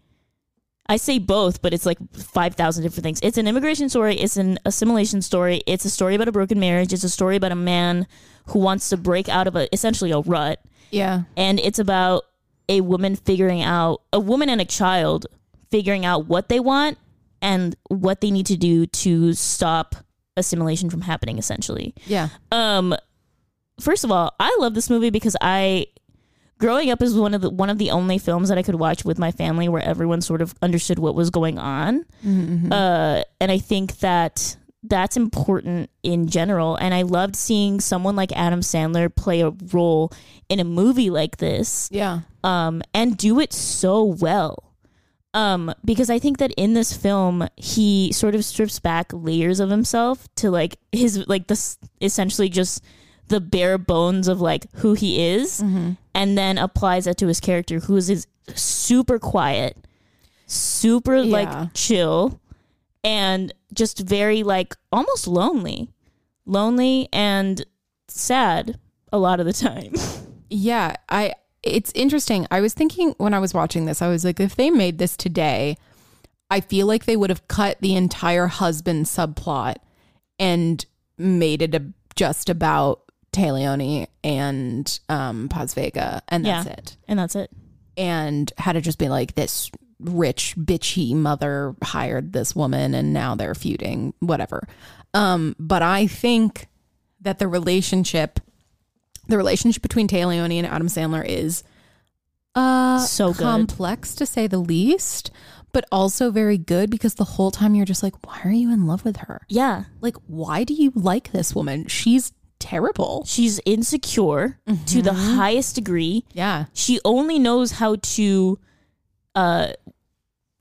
I say both, but it's like 5,000 different things. It's an immigration story, it's an assimilation story, it's a story about a broken marriage, it's a story about a man who wants to break out of a essentially a rut,
Yeah.
and it's about a woman figuring out a woman and a child figuring out what they want and what they need to do to stop assimilation from happening essentially.
Yeah.
Um, first of all, I love this movie because I, growing up, is one of the one of the only films that I could watch with my family where everyone sort of understood what was going on. Uh, and I think that that's important in general. And I loved seeing someone like Adam Sandler play a role in a movie like this
Yeah.
um, and do it so well. Um, because I think that in this film, he sort of strips back layers of himself to like his like this essentially just the bare bones of like who he is, and then applies that to his character, who is, is super quiet, super
Yeah.
like chill, and just very like almost lonely, lonely and sad a lot of the time. [laughs]
Yeah. I. It's interesting. I was thinking when I was watching this, I was like, if they made this today, I feel like they would have cut the entire husband subplot and made it a, just about Taleone and um, Paz Vega, and that's
Yeah.
it.
and that's it.
and had it just been like this rich bitchy mother hired this woman and now they're feuding whatever um but i think that the relationship the relationship between Leone and adam sandler is uh
So good.
complex to say the least but also very good because the whole time you're just like why are you in love with her
Yeah.
like why do you like this woman she's terrible
She's insecure to the
Mm-hmm.
highest degree.
yeah
She only knows how to uh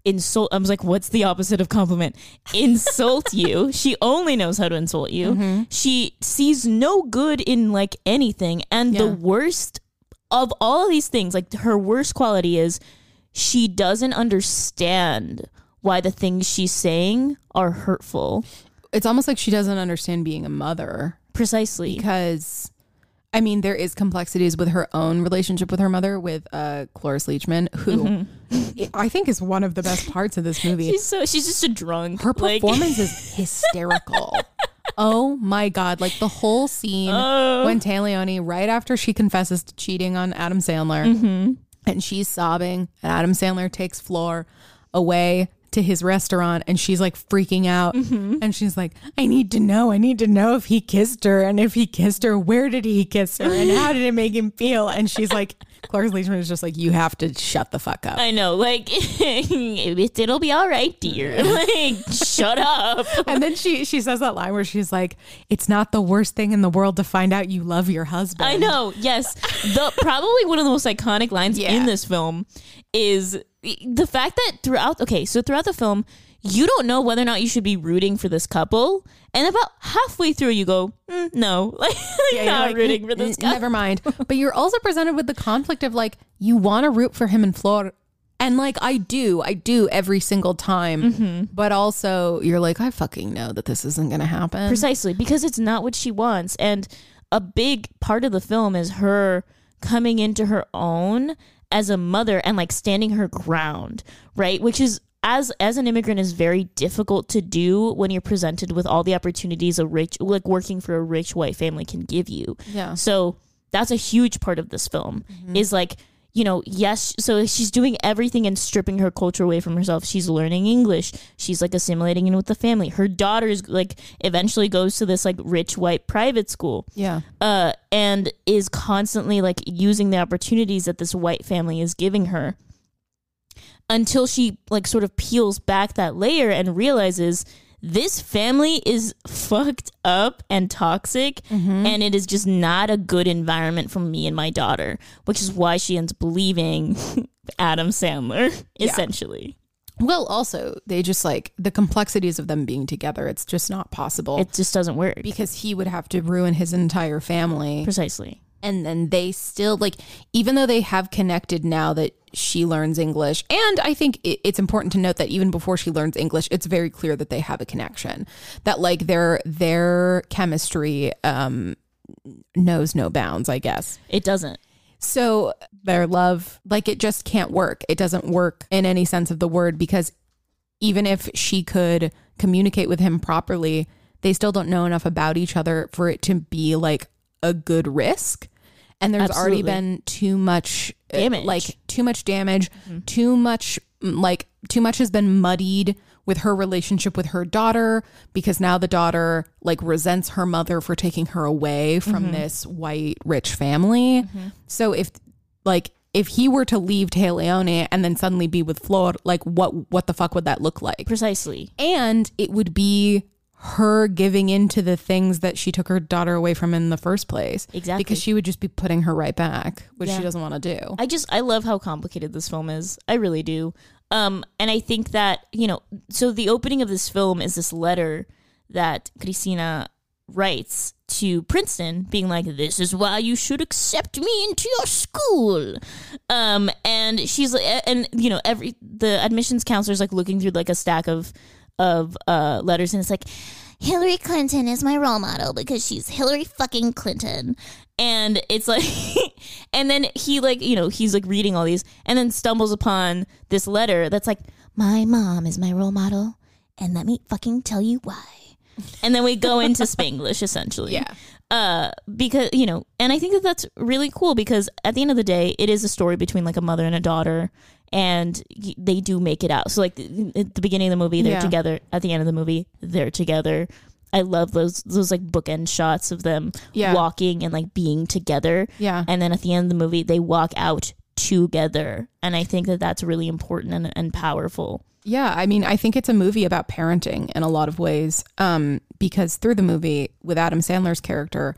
insult I was like what's the opposite of compliment? Insult
[laughs]
you. She only knows how to insult you.
Mm-hmm.
She sees no good in like anything and the
Yeah.
worst of all of these things like her worst quality is she doesn't understand why the things she's saying are hurtful.
it's almost like she doesn't understand being a mother
Precisely.
because I mean there is complexities with her own relationship with her mother with uh Cloris Leachman who
Mm-hmm.
[laughs] I think is one of the best parts of this
[laughs]
movie.
She's so she's just a drunk.
her
like- [laughs]
performance is hysterical. oh my god, like the whole scene when Taleone right after she confesses to cheating on Adam Sandler and she's sobbing and Adam Sandler takes Floor away to his restaurant and she's like freaking out and she's like I need to know I need to know if he kissed her and if he kissed her where did he kiss her and how did it make him feel and she's like Cloris Leachman is just like you have to shut the fuck up
I know, like [laughs] it, it'll be all right, dear. Like shut up.
And then she she says that line where she's like, "It's not the worst thing in the world to find out you love your husband."
I know. Yes, the probably one of the most iconic lines in this film is the fact that throughout. Okay, so throughout the film, you don't know whether or not you should be rooting for this couple, and about halfway through, you go, "Mm, "No, [laughs] like
Yeah, you're
not
like,
rooting for
"N-
this
n-
couple."
Never mind. But you're also presented with the conflict of like you want to root for him in Florida. And like I do, I do every single time. But also you're like, I fucking know that this isn't gonna happen.
Precisely, because it's not what she wants. And a big part of the film is her coming into her own as a mother and like standing her ground, right? Which is as as an immigrant is very difficult to do when you're presented with all the opportunities a rich like working for a rich white family can give you.
Yeah.
So that's a huge part of this film is like, you know, yes, so she's doing everything and stripping her culture away from herself. She's learning English. She's like assimilating in with the family. Her daughter's like eventually goes to this like rich white private school
Yeah.
uh, and is constantly like using the opportunities that this white family is giving her until she like sort of peels back that layer and realizes this family is fucked up and toxic and it is just not a good environment for me and my [laughs] daughter which is why she ends up leaving adam sandler essentially
Well, also, they just like the complexities of them being together, it's just not possible
It just doesn't work.
because he would have to ruin his entire family.
Precisely.
and then they still like even though they have connected now that she learns english and i think it, it's important to note that even before she learns english it's very clear that they have a connection that like their their chemistry um knows no bounds i guess
It doesn't.
so their love like it just can't work it doesn't work in any sense of the word because even if she could communicate with him properly they still don't know enough about each other for it to be like a good risk and there's already
Absolutely.
been too much uh,
Damage.
like too much damage
Mm-hmm.
too much mm, like too much has been muddied with her relationship with her daughter because now the daughter like resents her mother for taking her away from
Mm-hmm.
this white rich family so if like if he were to leave Leone and then suddenly be with Flor, like what what the fuck would that look like?
Precisely.
And it would be her giving into the things that she took her daughter away from in the first place.
Exactly.
Because she would just be putting her right back, which
Yeah.
she doesn't want to do.
I just I love how complicated this film is. I really do. Um, and I think that you know, so the opening of this film is this letter that Christina writes to Princeton, being like, "This is why you should accept me into your school." Um, and she's like, and you know, every the admissions counselor's like looking through like a stack of of uh letters, and it's like,
Hillary Clinton is my role model because she's Hillary fucking Clinton.
and it's like [laughs] and then he like you know he's like reading all these and then stumbles upon this letter that's like
My mom is my role model, and let me fucking tell you why.
and then we go into spanglish essentially yeah uh because you know and i think that that's really cool because at the end of the day it is a story between like a mother and a daughter and y- they do make it out so like at the beginning of the movie they're
Yeah.
together at the end of the movie they're together i love those those like bookend shots of them
Yeah.
walking and like being together
Yeah.
and then at the end of the movie they walk out together and i think that that's really important and, and powerful
Yeah, I mean, I think it's a movie about parenting in a lot of ways. Um, because through the movie with Adam Sandler's character,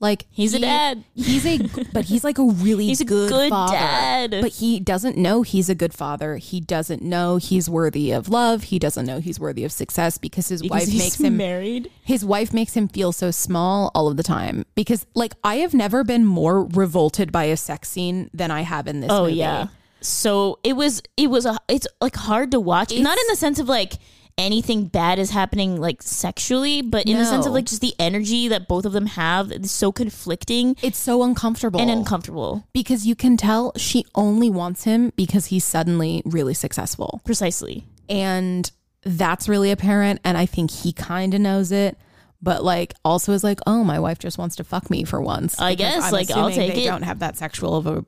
like
he's a
he-
dad
He's a but he's like a really
[laughs] He's a
good,
good
father.
dad.
But he doesn't know he's a good father. He doesn't know he's worthy of love. He doesn't know he's worthy of success because his wife
because he's
makes him
[laughs] married
his wife makes him feel so small all of the time because like I have never been more revolted by a sex scene than I have in this
Oh
movie.
yeah. So it was it was a it's like hard to watch. Not in the sense of like anything bad is happening like sexually, but in the sense of
No.
like just the energy that both of them have it's so conflicting
It's so uncomfortable.
and uncomfortable.
because you can tell she only wants him because he's suddenly really successful.
Precisely.
And that's really apparent. And I think he kind of knows it. But like, also is like, oh, my wife just wants to fuck me for once.
I
Because
guess,
I'm
like, I'll
assuming
take
they
it.
Don't have that sexual of a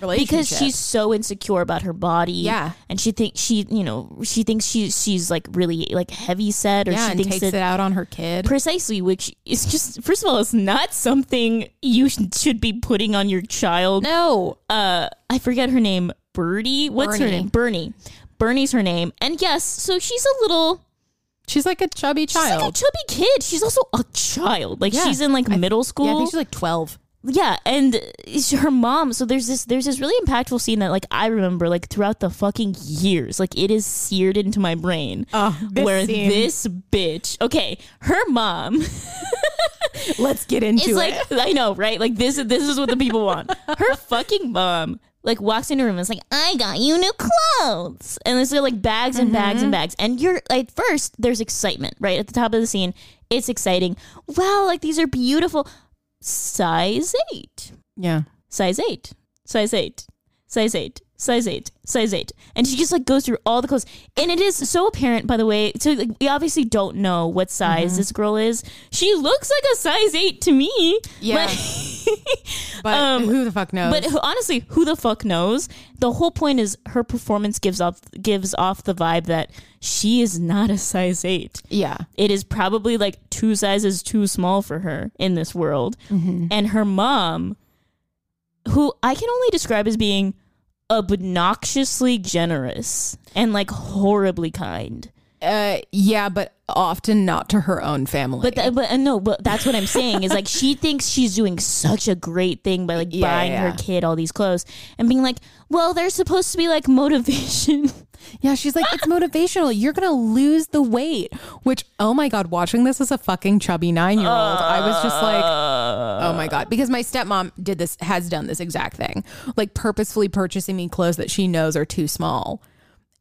relationship
Because she's so insecure about her body.
Yeah.
And she thinks she you know, she thinks she she's like really like heavy set or
yeah,
she
and
thinks
takes
that
it out on her kid.
Precisely, which is just first of all, it's not something you sh- should be putting on your child.
no,
uh I forget her name, Birdie. What's her
Bernie.
name? Bernie. Bernie's her name. And yes, so she's a little
she's like a chubby
she's like a
child.
chubby kid. She's also a child. Like
Yeah.
she's in like middle school.
yeah, I think she's like twelve.
Yeah, and it's her mom. So there's this there's this really impactful scene that like I remember like throughout the fucking years. Like it is seared into my brain.
Oh, this
where
scene.
this bitch, okay, her mom
Let's get into
It's like I know, right? Like this this is what the people want. Her fucking mom like walks into a room and is like, I got you new clothes. And there's like bags and bags and bags. And you're at first there's excitement, right? At the top of the scene, it's exciting. Wow, like these are beautiful. Size eight.
yeah,
Size eight. Size eight. Size eight. Size eight, size eight, and she just like goes through all the clothes, and it is so apparent. By the way, so like we obviously don't know what size this girl is. She looks like a size eight to me.
Yeah. but
um,
who the fuck knows?
But who, honestly, who the fuck knows? The whole point is her performance gives off gives off the vibe that she is not a size eight.
[laughs] yeah,
It is probably like two sizes too small for her in this world.
Mm-hmm.
And her mom, who I can only describe as being obnoxiously generous and like horribly kind.
Uh, yeah, but often not to her own family.
But th- but uh, no, but that's what I'm saying is
[laughs]
like she thinks she's doing such a great thing by like
Yeah,
buying
yeah.
her kid all these clothes and being like, well, they're supposed to be like motivation. [laughs]
yeah, she's like, it's motivational. You're gonna lose the weight. Which, oh my god, watching this as a fucking chubby nine year old, I was just like, oh my god, because my stepmom did this, has done this exact thing, like purposefully purchasing me clothes that she knows are too small,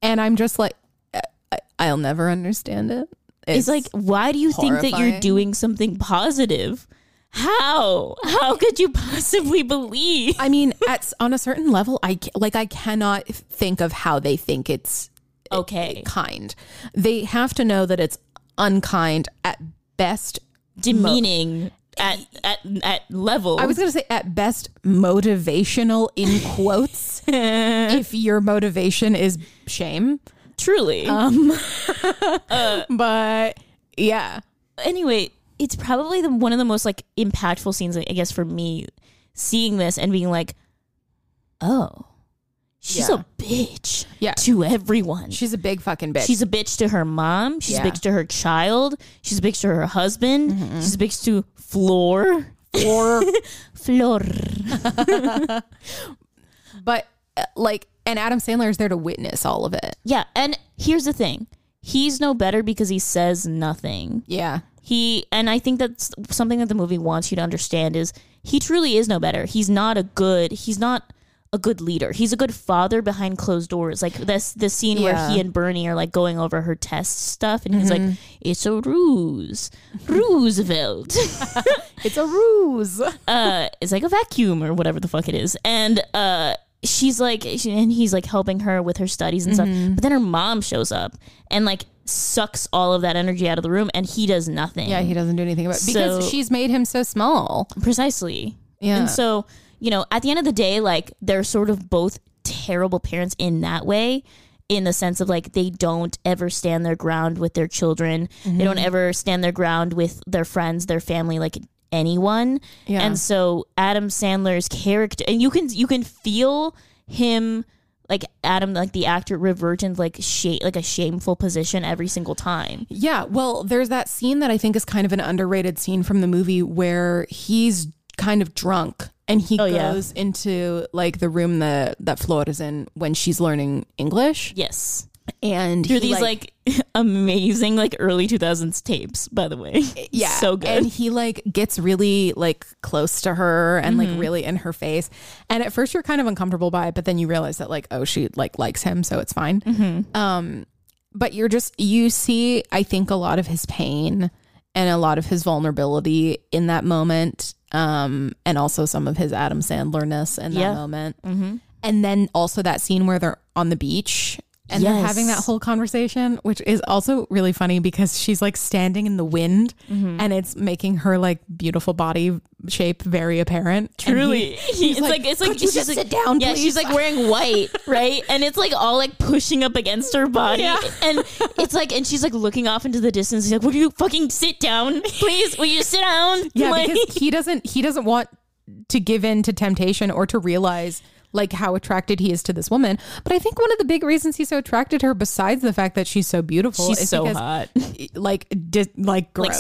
and I'm just like, I- I- I'll never understand it.
It's, like, why do you think that you're
horrifying.
doing something positive? How how could you possibly believe?
I mean, at s- on a certain level, I ca- like I cannot think of how they think it's
Okay,
kind. They have to know that it's unkind at best.
demeaning at at at level.
I was going to say at best motivational [laughs] in quotes if your motivation is shame,
[laughs] truly.
Um, but yeah.
anyway, it's probably the, one of the most like impactful scenes, I guess, for me seeing this and being like, oh, she's
Yeah.
a bitch
Yeah.
to everyone.
She's a big fucking bitch.
She's a bitch to her mom. She's
Yeah. Mm-hmm,
a bitch to her child. She's a bitch to her husband. She's a bitch to Floor.
[laughs] or
Floor.
but uh, like and Adam Sandler is there to witness all of it.
Yeah. And here's the thing he's no better because he says nothing.
Yeah.
He and I think that's something that the movie wants you to understand is he truly is no better. He's not a good he's not a good leader. He's a good father behind closed doors. Like this the scene where
Yeah. Mm-hmm.
he and Bernie are like going over her test stuff and he's like, It's a ruse. Roosevelt. [laughs]
It's a ruse.
uh it's like a vacuum or whatever the fuck it is. And uh she's like she, and he's like helping her with her studies and
Mm-hmm.
stuff. But then her mom shows up and like sucks all of that energy out of the room and he does nothing.
Yeah, he doesn't do anything about it because
So-
she's made him so small.
Precisely.
Yeah.
And so, you know, at the end of the day, like they're sort of both terrible parents in that way, in the sense of like they don't ever stand their ground with their children. They
Mm-hmm.
don't ever stand their ground with their friends, their family, like anyone.
Yeah.
And so Adam Sandler's character and you can you can feel him like Adam like the actor revert into like shame like a shameful position every single time.
Yeah, well, there's that scene that I think is kind of an underrated scene from the movie where he's kind of drunk and he
Oh, yeah.
goes into like the room that that Flor is in when she's learning English,
Yes.
and
through
he,
these like, [laughs] amazing like early 2000s tapes by the way
[laughs] yeah,
so good [laughs]
and he like gets really like close to her and
Mm-hmm.
like really in her face, and at first you're kind of uncomfortable by it, but then you realize that like oh she like likes him, so it's fine.
Mm-hmm.
Um, but you're just you see i think a lot of his pain and a lot of his vulnerability in that moment um and also some of his adam sandlerness in that
Yeah. Mm-hmm.
moment and then also that scene where they're on the beach and they're
Yes.
having that whole conversation which is also really funny because she's like standing in the wind
Mm-hmm.
and it's making her like beautiful body shape very apparent And he-
Truly, it's like, it's like
"Could you
she's
just
like,
sit down,
Yeah, she's
please?"
like wearing white, [laughs] right? And it's like all like pushing up against her body, [laughs] and it's like, and she's like looking off into the distance. She's like, "Will you fucking sit down, [laughs] please? Will you sit down?"
[laughs] Yeah,
Like-
because he doesn't he doesn't want to give in to temptation or to realize like how attracted he is to this woman. But I think one of the big reasons he's so attracted to her, besides the fact that she's so beautiful,
she's
is
so
because,
hot,
like di- like gross,
like [laughs]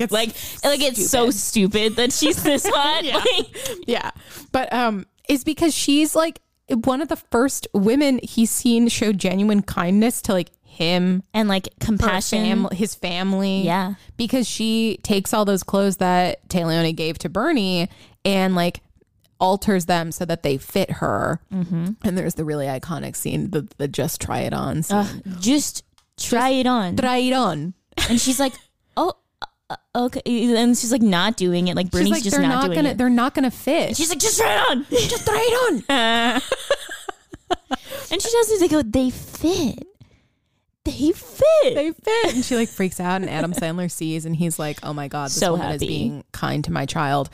stupid, like it's, like, it's so stupid that
[laughs]
she's this hot. Like,
yeah. But um, is because she's like one of the first women he's seen show genuine kindness to like him,
[laughs] and like
her
compassion.
fam- his family,
Yeah.
because she takes all those clothes that Taleone gave to Bernie and like alters them so that they fit her. Mm-hmm. And there's the really iconic scene, the, the just try it on. Scene.
Just try it on.
try it on.
And she's like, oh, uh, okay. And she's like, not doing it. Like,
She's
Brittany's
like,
just
they're
not,
not,
doing
gonna,
it.
they're not gonna fit.
She's like, just try it on.
[laughs] just try it on.
[laughs] and she does it. They go, they fit. They fit.
They fit. And she like freaks out, and Adam Sandler sees, and he's like, "Oh my god, this
So
woman
happy.
is being kind to my child."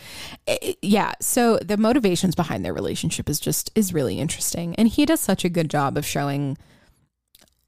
I- yeah. So the motivations behind their relationship is just is really interesting, and he does such a good job of showing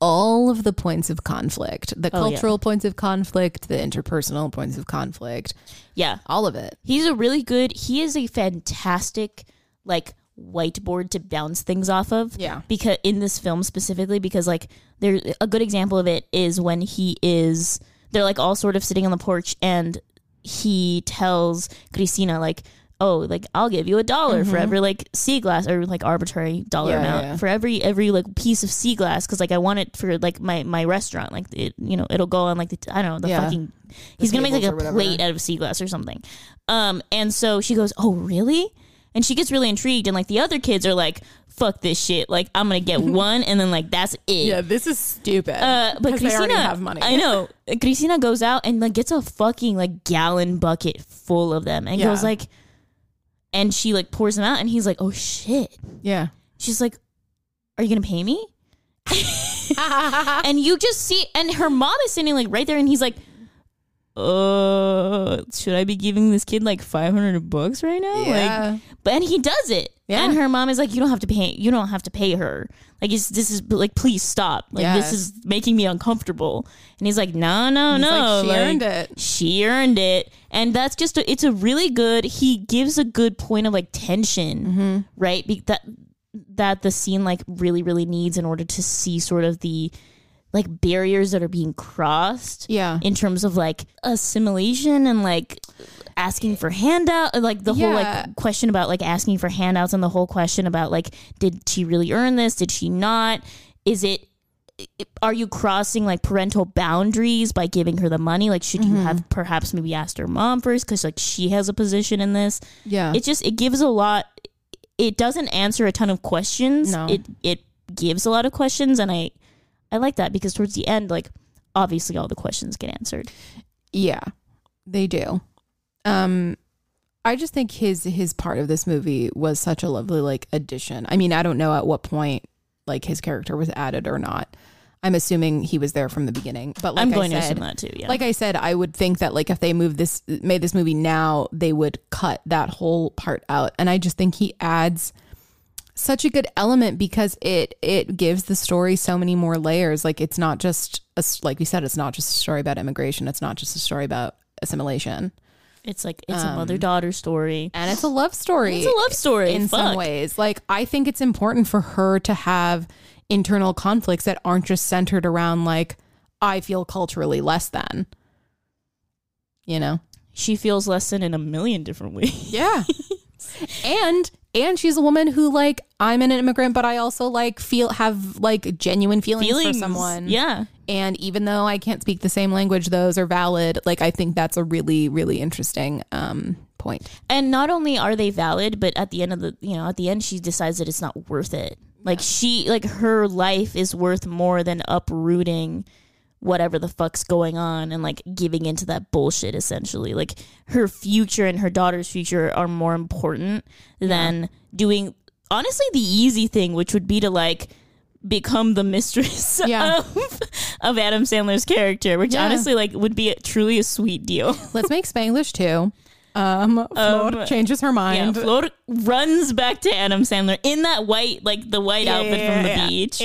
all of the points of conflict, the
Oh, yeah.
cultural points of conflict, the interpersonal points of conflict,
yeah.
all of it.
He's a really good, he is a fantastic, like, whiteboard to bounce things off of.
Yeah.
Because in this film specifically, because like there a good example of it is when he is they're like all sort of sitting on the porch and he tells Christina like, Oh, like I'll give you a dollar for every like sea glass or like arbitrary dollar
Mm-hmm. Yeah,
amount
yeah, yeah.
for every every like piece of sea glass because like I want it for like my my restaurant like it you know it'll go on like the I don't know the
Yeah.
fucking he's gonna make like
tables
a
or whatever.
plate out of sea glass or something um and so she goes oh really and she gets really intrigued and like the other kids are like fuck this shit like i'm
[laughs]
gonna get one and then like that's it
Yeah, this is stupid.
uh, but
'Cause they already
Christina,
have money. [laughs]
I know. Christina goes out and like gets a fucking like gallon bucket full of them and
Yeah.
goes like, and she like pours them out and he's like, oh shit.
yeah.
She's like, are you gonna pay me? and you just see, and her mom is sitting like right there, and he's like, uh, should I be giving this kid like five hundred bucks right now? Like,
Yeah.
but and he does it.
Yeah.
And her mom is like, you don't have to pay. You don't have to pay her. Like, it's, this is like, please stop. Like,
Yes.
this is making me uncomfortable. And he's like, no, no,
He's
no.
like, she earned it.
She earned it. And that's just a, it's a really good. He gives a good point of like tension,
Mm-hmm.
right? Be- that that the scene like really really needs in order to see sort of the like barriers that are being crossed
Yeah.
in terms of like assimilation and like asking for handout uh, like the whole
Yeah.
like question about like asking for handouts and the whole question about like did she really earn this did she not is it are you crossing like parental boundaries by giving her the money like should
Mm-hmm.
you have perhaps maybe asked her mom first because like she has a position in this
Yeah.
it just it gives a lot it doesn't answer a ton of questions
No.
it it gives a lot of questions and i i like that because towards the end like obviously all the questions get answered
Yeah, they do. Um, I just think his his part of this movie was such a lovely like addition. I mean, I don't know at what point like his character was added or not. I'm assuming he was there from the beginning, but like
i'm
I
going to
said,
assume that too yeah
like I said, I would think that like if they moved this made this movie now, they would cut that whole part out. And I just think he adds such a good element because it it gives the story so many more layers. Like it's not just a, s- like we said, it's not just a story about immigration. It's not just a story about assimilation.
it's like it's
um,
a mother-daughter story
And it's a love story.
it's a love story
in some
Fuck.
ways. Like I think it's important for her to have internal conflicts that aren't just centered around like I feel culturally less than. You know.
she feels less than in a million different ways
Yeah. and and she's a woman who like I'm an immigrant, but I also like feel have like genuine feelings,
feelings
for someone.
yeah
And even though I can't speak the same language, those are valid. Like I think that's a really really interesting um point.
and not only are they valid but at the end of the you know at the end she decides that it's not worth it like she like her life is worth more than uprooting whatever the fuck's going on and like giving into that bullshit essentially like her future and her daughter's future are more important than doing honestly the easy thing which would be to like become the mistress
Yeah.
[laughs] of, of Adam Sandler's character which
Yeah.
honestly like would be a, truly a sweet deal
Let's make Spanglish too. Um, Fleur
Um,
changes her
Yeah,
mind.
Flor runs back to Adam Sandler in that white, like the white
Yeah,
outfit
yeah,
from the
yeah,
beach,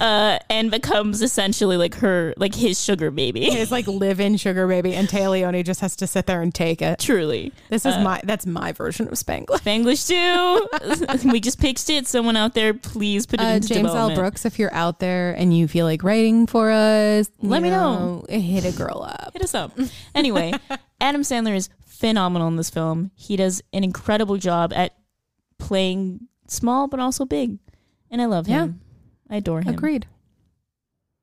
uh, and becomes essentially like her, like his sugar baby.
It's like live in sugar baby and Taleone just has to sit there and take it.
[laughs] Truly,
This is my that's my version of
[laughs]
Spanglish.
Spanglish
[laughs]
too. we just pitched it. Someone out there, please put it
Uh,
into
James L.
development.
Brooks, if you're out there and you feel like writing for us,
Let
you
me
Hit a girl up.
Hit us up.
[laughs]
Anyway, Adam Sandler is phenomenal in this film. He does an incredible job at playing small but also big, and I love
Yeah.
him. I adore him.
Agreed.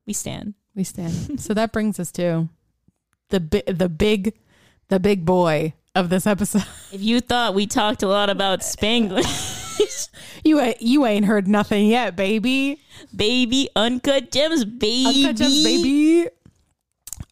We stand.
We
[laughs]
stand. so that brings us to the bi- the big the big boy of this episode. [laughs]
If you thought we talked a lot about Spanglish.
You ain't, you ain't heard nothing yet, baby.
baby uncut gems baby
Uncut Gems, baby.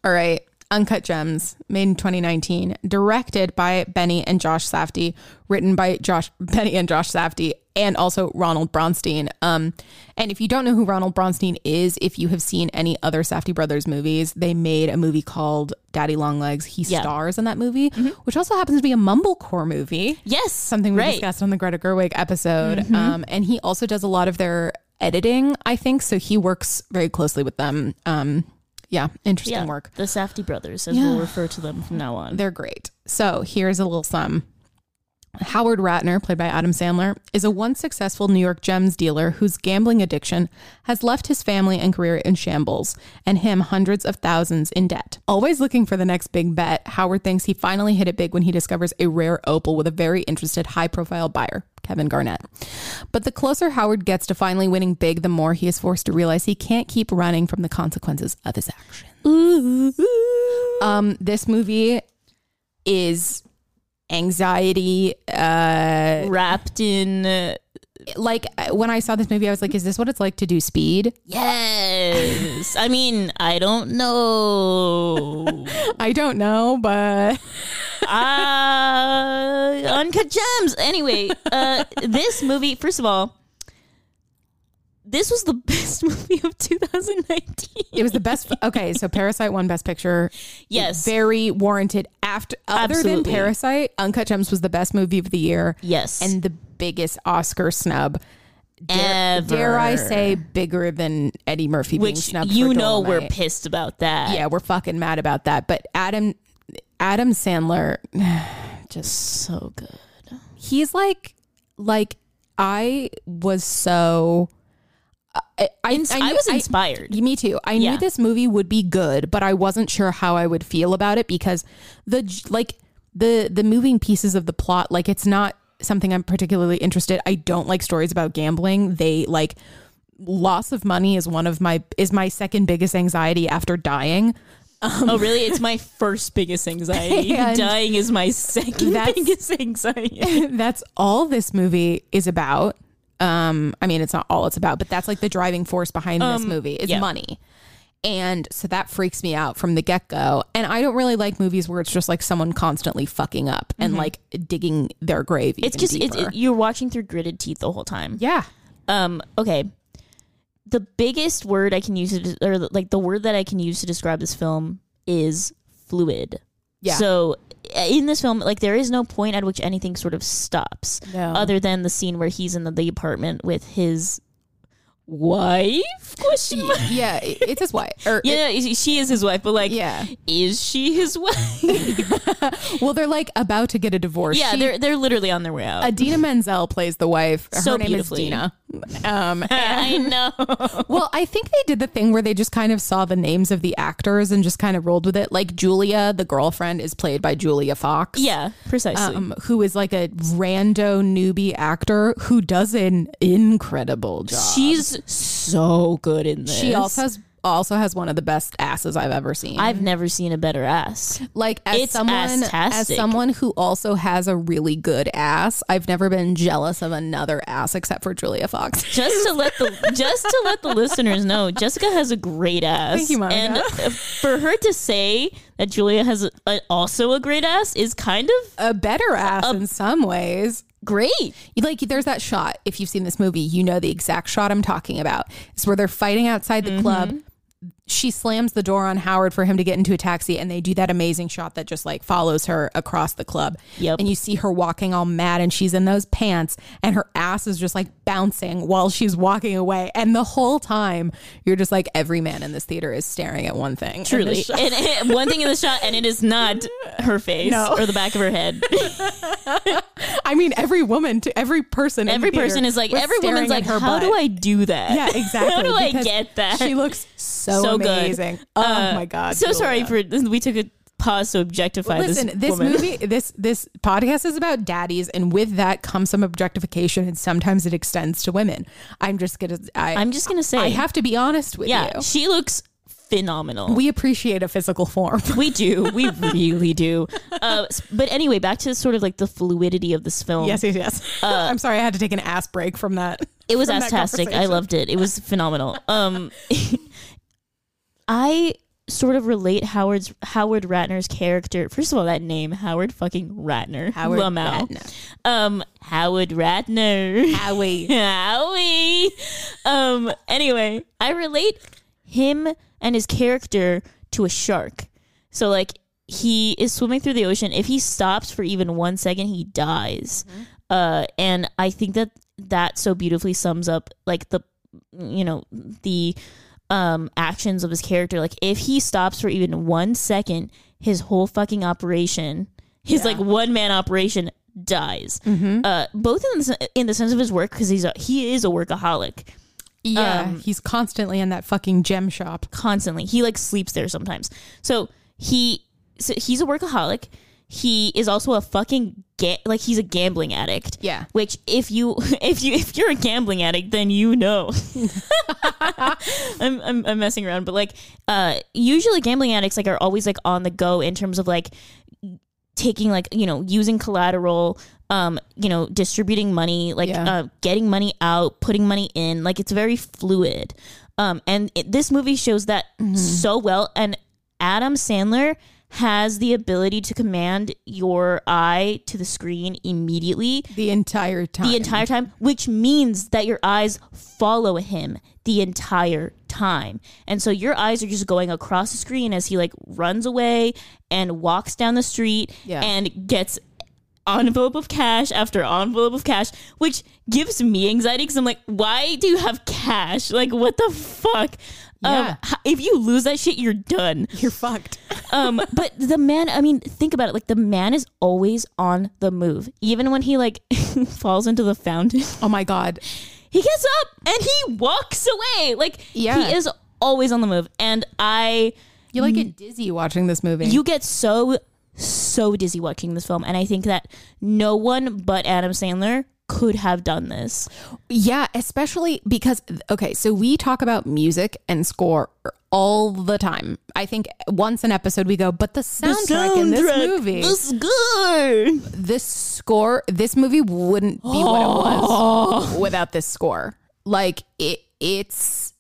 All right. Uncut Gems, made in 2019, directed by Benny and Josh Safdie, written by Josh [laughs] Benny and Josh Safdie, and also Ronald Bronstein. Um, and if you don't know who Ronald Bronstein is, if you have seen any other Safdie brothers movies, they made a movie called Daddy Long Legs. He
Yeah.
stars in that movie, which also happens to be a mumblecore movie
yes
something we
Mm-hmm. right Mm-hmm.
discussed on the Greta Gerwig episode. Um, and he also does a lot of their editing, I think. So he works very closely with them. Um, yeah, interesting
yeah
work.
the Safety brothers as
Yeah.
we'll refer to them from now on
They're great. So here's a little sum.
Howard Ratner, played by Adam Sandler, is a once successful New York gems dealer whose gambling addiction has left his family and career in shambles and him hundreds of thousands in debt. Always looking for the next big bet, Howard thinks he finally hit it big when he discovers a rare opal with a very interested high profile buyer. Kevin Garnett. But the closer Howard gets to finally winning big, the more he is forced to realize he can't keep running from the consequences of his actions. Um, this movie is anxiety. Uh,
wrapped in uh,
like uh, when I saw this movie, I was like, "Is this what it's like to do speed?"
yes. I mean, I don't
[laughs]
know.
I don't know, but [laughs]
uh, uncut gems. Anyway, uh, this movie, first of all, this was the [laughs] best movie of 2019.
it was the best. Okay, so Parasite won Best Picture.
Yes.
very warranted. After other
Absolutely.
than Parasite, Uncut Gems was the best movie of the year
Yes.
and the biggest Oscar snub. Dare,
Ever.
dare I say, bigger than Eddie Murphy being
which
snubbed?
you
for
know we're
Dolomite.
pissed about that.
yeah, we're fucking mad about that. But Adam, Adam Sandler, [sighs] just
So good.
he's like like I was so I I,
I,
knew-
was [laughs] inspired.
me too. I
Yeah.
knew this movie would be good, but I wasn't sure how I would feel about it because the j- like the the moving pieces of the plot like it's not something I'm particularly interested. I don't like stories about gambling. They like loss of money is one of my is my second biggest anxiety after dying.
oh, really? It's my first biggest [laughs] anxiety.
And-
Dying is my second [laughs]
That's-
biggest anxiety. [laughs]
that's all this movie is about. Um, I mean, it's not all it's about, but that's like the driving force behind this movie is
yeah.
money. And so that freaks me out from the get go. And I don't really like movies where it's just like someone constantly fucking up and like digging their grave.
Mm-hmm. It's just it's, it, you're watching through gritted teeth the whole time.
yeah.
Um. Okay. The biggest word I can use to, de- or like the word that I can use to describe this film is fluid.
Yeah.
So eh, in this film, like there is no point at which anything sort of stops,
No.
other than the scene where he's in the, the apartment with his wife? Question mark.
Yeah. it- It's his wife. Or
[laughs]
it-
Yeah, she- she is his wife, but like,
Yeah.
is she his wife?
well, they're like about to get a divorce.
yeah, [laughs]
She-
they're they're literally on their way out.
Adina Menzel plays the wife.
So
Her name is
beautifully.
Dina.
[laughs]
Um,
[laughs] I know.
Well, I think they did the thing where they just kind of saw the names of the actors and just kind of rolled with it. Like Julia, the girlfriend, is played by Julia Fox.
Yeah, precisely.
Um, who is like a rando newbie actor who does an incredible job.
She's so good in this.
She also has also has one of the best asses I've ever seen.
I've never seen a better ass.
like as
It's
someone as
ass-tastic.
someone who also has a really good ass, I've never been jealous of another ass except for Julia Fox.
Just to let [laughs] the just to let the listeners know, Jessica has a great ass.
Thank you, Monica.
And uh, for her to say that Julia has a, a, also a great ass is kind of
a better ass in some ways. Great. Like there's that shot. If you've seen this movie, you know the exact shot I'm talking about. It's where they're fighting outside the
Mm-hmm.
club. She slams the door on Howard for him to get into a taxi, and they do that amazing shot that just like follows her across the club.
Yep.
And you see her walking all mad, and she's in those pants, and her ass is just like bouncing while she's walking away. And the whole time, you're just like, every man in this theater is staring at one thing. And
truly
it's
and, and one thing in the shot, and it is not [laughs] her face
No.
or the back of her [laughs] head.
[laughs] I mean, every woman, to every person, in
Every
the theater
person is like,
was
every
staring
woman's
at
like,
her
how
butt."
do I do that?
Yeah, exactly.
[laughs] how do I
because
get that?
She looks
[laughs]
so,
so good.
amazing. Oh
Uh,
my god.
So
Julia.
sorry for we took a pause to objectify
Listen,
this.
this
woman.
movie, this this podcast is about daddies, and with that comes some objectification, and sometimes it extends to women. I'm just gonna, I,
I'm just gonna say,
I have to be honest with
yeah,
you.
she looks phenomenal.
We appreciate a physical form.
[laughs]
[laughs]
We do. We really do. Uh, s- but anyway, back to sort of like the fluidity of this film.
yes, yes, yes.
Uh,
[laughs] I'm sorry, I had to take an ass break from that.
it was
from that
fantastic. I
conversation.
loved it. It
[laughs]
was phenomenal. Um, [laughs] I sort of relate Howard's Howard Ratner's character. First of all, that name Howard fucking Ratner.
Howard
Lamau.
Ratner.
Um, Howard Ratner.
[laughs]
[laughs]
Howie.
Howie. Um. Anyway, I relate him and his character to a shark. So like he is swimming through the ocean. If he stops for even one second, he dies. Uh. And I think that that so beautifully sums up like the you know the um actions of his character. Like if he stops for even one second, his whole fucking operation, his like one man operation dies. Uh, both in the, sen- in the sense of his work because he's a, he is a workaholic.
Yeah,
Um,
he's constantly in that fucking gem shop.
constantly. He like sleeps there sometimes. So he so he's a workaholic. He is also a fucking ga- like he's a gambling addict.
Yeah.
Which if you [laughs] if you if you're a gambling addict, then you know. I'm, I'm I'm messing around, but like uh usually gambling addicts like are always like on the go in terms of like taking like you know using collateral um you know distributing money like
Yeah.
uh, getting money out putting money in like it's very fluid um and it, this movie shows that so well and adam sandler has the ability to command your eye to the screen immediately
the entire time.
the entire time, which means that your eyes follow him the entire time. And so your eyes are just going across the screen as he like runs away and walks down the street and gets envelope of cash after envelope of cash, which gives me anxiety because I'm like, why do you have cash? Like, what the fuck? Um, h- if you lose that shit, you're done.
You're
[laughs]
fucked.
Um, but the man, I mean, think about it. Like the man is always on the move. Even when he like [laughs] falls into the fountain,
Oh my god.
he gets up and he walks away. Like
Yeah.
he is always on the move. And I,
You like get dizzy watching this movie.
you get so so dizzy watching this film, and I think that no one but Adam Sandler could have done this.
yeah, especially because okay, so we talk about music and score all the time. I think once an episode we go, but the soundtrack, in this
soundtrack,
movie,
This is good.
this score, this movie wouldn't be what it [gasps] was without this score. Like it, it's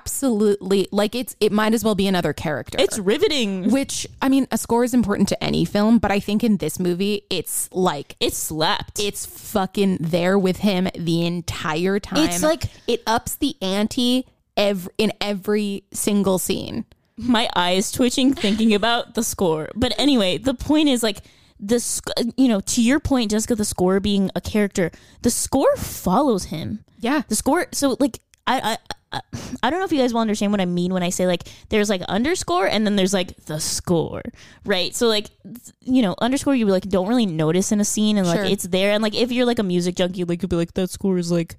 absolutely like it's it might as well be another character.
It's riveting.
which I mean, a score is important to any film, but I think in this movie, it's like
It slapped.
it's fucking there with him the entire time.
It's like-
it ups the ante ev in every single scene.
my eyes twitching thinking about the score. But anyway, the point is like the sc- you know to your point, Jessica, the score being a character, the score follows him.
Yeah.
The score. So like I I I- I don't know if you guys will understand what I mean when I say like there's like underscore and then there's like the score, right? So like th- you know underscore you like don't really notice in a scene and like it's there and like if you're like a music junkie like you'd be like that score is like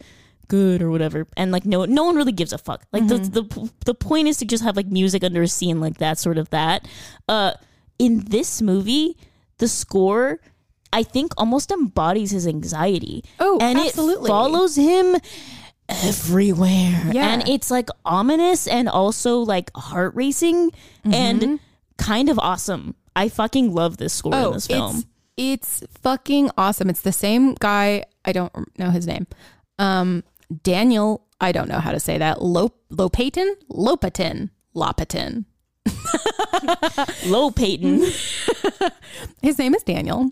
good or whatever and like no no one really gives a fuck like
Mm-hmm.
the, the the point is to just have like music under a scene like that sort of that uh in this movie the score i think almost embodies his anxiety
Oh,
and
absolutely.
it follows him everywhere
Yeah.
and it's like ominous and also like heart racing
Mm-hmm.
and kind of awesome i fucking love this score
Oh,
in this film
It's, it's fucking awesome. It's the same guy. I don't know his name. Um, Daniel. I don't know how to say that. Lop Lopatin. Lopatin. Lopatin.
low peyton
[laughs] His name is Daniel.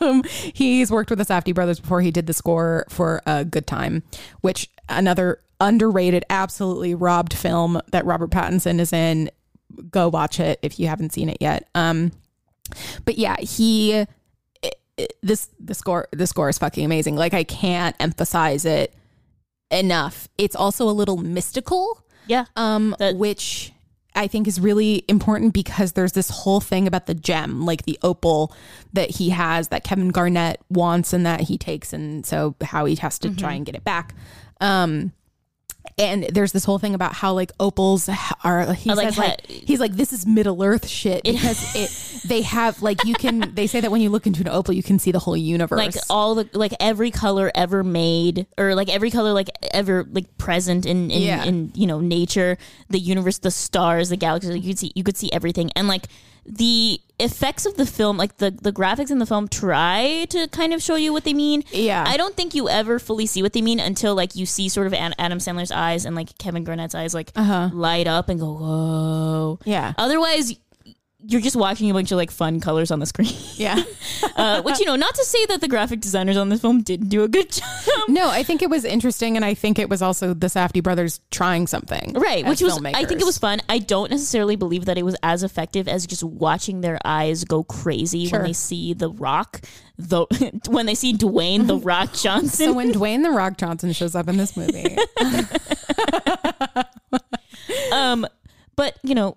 um, he's worked with the Safdie brothers before. He did the score for A Good Time, which another underrated, absolutely robbed film that Robert Pattinson is in. Go watch it if you haven't seen it yet. Um, but yeah, he it- it- this the score the score is fucking amazing. Like I can't emphasize it enough. It's also a little mystical
yeah
um,
That-
which I think is really important because there's this whole thing about the gem, like the opal that he has that Kevin Garnett wants and
Uh,
that he takes, and so how he has to
Mm-hmm.
try and get it back. Um, and there's this whole thing about how like opals are. He
Are, like,
says like
ha-
he's like this is Middle Earth shit
[laughs]
because it they have like you can they say that when you look into an opal you can see the whole universe.
like all the like every color ever made or like every color like ever like present in in,
Yeah.
in you know nature the universe the stars the galaxy like you could see you could see everything and like the effects of the film like the the graphics in the film try to kind of show you what they mean
Yeah.
i don't think you ever fully see what they mean until like you see sort of Ad- adam sandler's eyes and like kevin garnett's eyes like light up and go whoa
Uh-huh. yeah,
otherwise you're just watching a bunch of like fun colors on the screen [laughs]
yeah.
uh, which you know, not to say that the graphic designers on this film didn't do a good [laughs] job,
No, I think it was interesting, and I think it was also the Safdie brothers trying something,
right?
as
Which was, I think,
filmmakers.
it was fun. I don't necessarily believe that it was as effective as just watching their eyes go crazy when they see the Rock, the [laughs] when they see Dwayne the [laughs] Rock Johnson.
So when Dwayne the Rock Johnson shows up in this
[laughs]
movie,
um, but you know,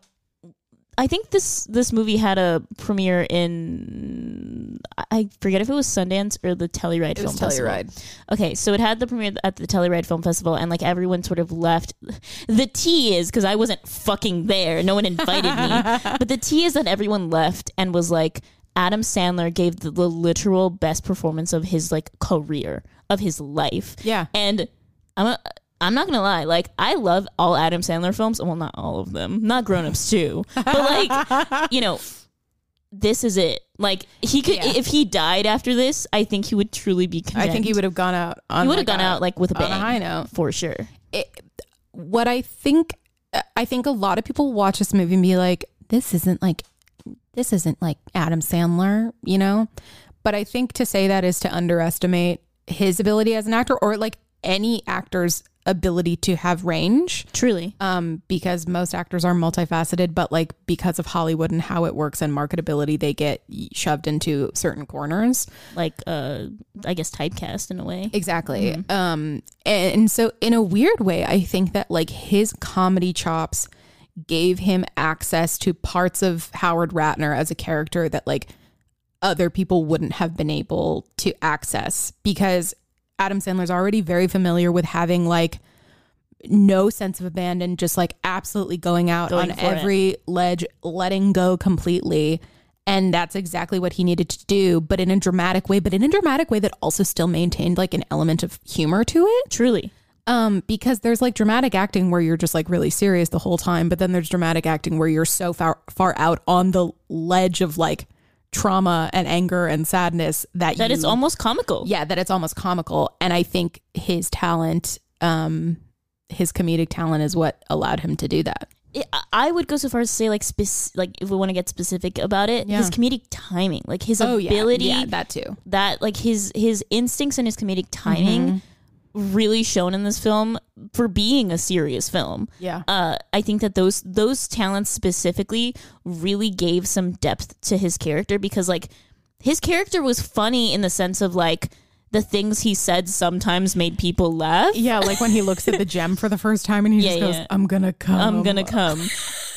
I think this this movie had a premiere in I- I forget if it was Sundance or the Telluride
It
Film
was
Festival.
Telluride.
Okay, so it had the premiere at the Telluride Film Festival, and like everyone sort of left. The tea is because I wasn't fucking there; no one
[laughs]
invited me. But the tea is that everyone left and was like, Adam Sandler gave the, the literal best performance of his like career of his life.
Yeah.
and I'm a, I'm not gonna lie, like I love all Adam Sandler films. Well, not all of them, not Grown Ups too, but [laughs] like you know, this is it. Like he could, if he died after this, I think he would truly be. Condemned.
I think he would have gone out. On
He would have
like
gone
a-
out like with a
on
bang,
a high note.
for sure.
It,
What I think, I think a lot of people watch this movie and be like, this isn't like, this isn't like Adam Sandler, you know? But I think to say that is to underestimate his ability as an actor or like any actor's ability to have range.
Truly,
um, because most actors are multifaceted, but like because of Hollywood and how it works and marketability, they get shoved into certain corners.
like uh, I guess typecast in a way.
Exactly. Um, and, and so, in a weird way, I think that like his comedy chops gave him access to parts of Howard Ratner as a character that like other people wouldn't have been able to access because Adam Sandler's already very familiar with having like no sense of abandon, just like absolutely going out
Going
on
for it.
every ledge, letting go completely. And that's exactly what he needed to do, but in a dramatic way, but in a dramatic way that also still maintained like an element of humor to it.
Truly,
Um, because there's like dramatic acting where you're just like really serious the whole time, but then there's dramatic acting where you're so far far out on the ledge of like trauma and anger and sadness that,
that
you,
it's almost comical.
yeah that it's almost comical. And I think his talent, um, his comedic talent, is what allowed him to do that.
it, I- I would go so far as to say like spec- like if we want to get specific about it, his comedic timing, like his ability,
yeah,
Oh, that-,
that too.
like his his instincts and his comedic timing really shown in this film for being a serious film.
Yeah.
Uh, I think that those those talents specifically really gave some depth to his character because like his character was funny in the sense of like the things he said sometimes made people laugh.
Yeah, like when he looks at the gem for the first time and he
just [laughs] Yeah, goes, yeah.
"I'm gonna come."
I'm gonna come.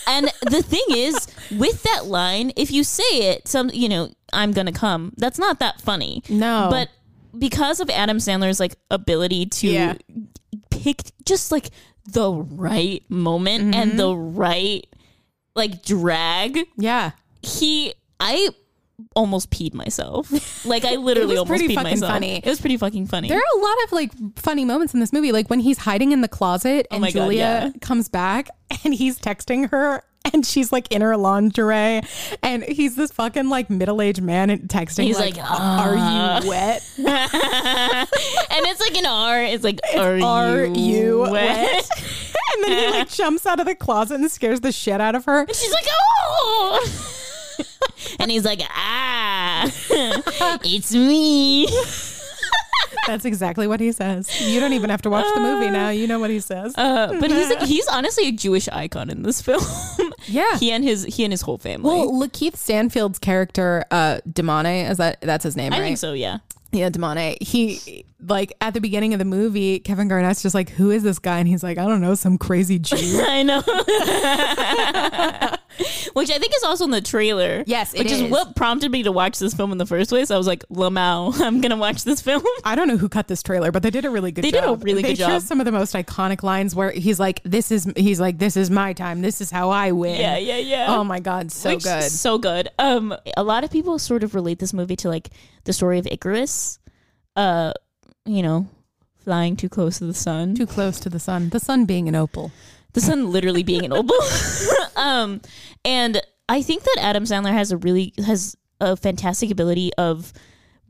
and the thing is, with that line, if you say it, some you know, I'm gonna come. That's not that funny.
No.
but because of Adam Sandler's like ability to
Yeah.
pick just like the right moment
Mm-hmm.
and the right like drag,
yeah,
he I almost peed myself. Like
[laughs]
I literally
was
almost
pretty
peed
fucking
myself.
funny.
It was pretty fucking funny.
There are a lot of like funny moments in this movie, like when he's hiding in the closet
Oh
and
my God,
Julia comes back and he's texting her and she's like in her lingerie and he's this fucking like middle aged man and texting
He's
like,
like, "Uh." [laughs]
"Are you wet?
and it's like an R. It's like are,
Are you
wet?
wet?" [laughs] and then he
"Ah."
like jumps out of the closet and scares the shit out of
[laughs]
her.
[laughs] She's like, oh. [laughs] and he's like, ah, [laughs] it's me.
[laughs] That's exactly what he says. You don't even have to watch the movie now. You know what he says.
Ah. Uh, but he's like, he's honestly a Jewish icon in this film. [laughs]
Yeah.
he and his he and his whole family.
well, Lakeith Stanfield's character, uh, Demane, is that that's his name,
I
right?
think so. Yeah, [laughs]
Yeah, Demone. He like at the beginning of the movie, Kevin Garnett's just like, "Who is this guy?" And he's like, "I don't know, some crazy Jew."
I
[laughs]
know. Which I think is also in the trailer.
Yes, it
which is.
is.
what prompted me to watch this film in the first place. I was like, Lamau, [laughs] I'm gonna watch this film.
I don't know who cut this trailer, but they did a really good.
They did
job.
a really
they
good
chose
job.
some of the most iconic lines where he's like, "This is," he's like, "This is my time. This is how I win."
yeah, yeah, yeah.
Oh my god, so
Which
good.
So good. Um, a lot of people sort of relate this movie to like the story of Icarus. Uh, you know, flying too close to the sun.
Too close to the sun. The sun being an opal.
the sun literally being an oval. [laughs] um, and I think that Adam Sandler has a really has a fantastic ability of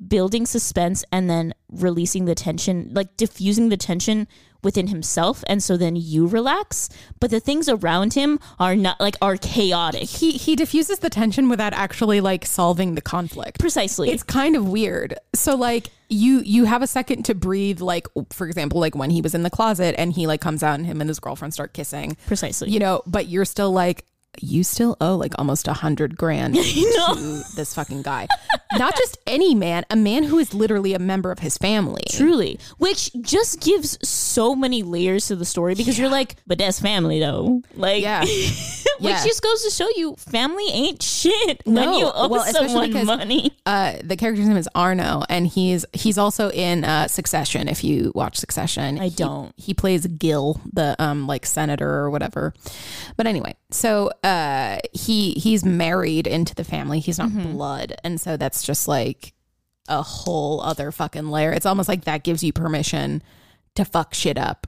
building suspense and then releasing the tension, like diffusing the tension within himself, and so then you relax. But the things around him are not like are chaotic.
He he diffuses the tension without actually like solving the conflict.
Precisely.
it's kind of weird so like you you have a second to breathe like for example like when he was in the closet and he like comes out and him and his girlfriend start kissing
Precisely.
you know but you're
[laughs]
oh, [laughs] still like you still owe like almost a hundred grand to this fucking guy Not just any man, a man who is literally a member of his family.
Truly, which just gives so many layers to the story because you're like, but that's family though. Like,
Yeah.
[laughs] which
Yeah.
just goes to show you family ain't shit when
No.
you owe
Well, especially
someone
because-
money. [laughs]
Uh, the character's name is Arno, and he's he's also in uh, Succession. If you watch Succession,
I
He-
don't.
He plays Gil, the um like senator or whatever. But anyway, so uh, he he's married into the family. He's not
Mm-hmm.
blood, and so that's just like a whole other fucking layer. It's almost like that gives you permission to fuck shit up.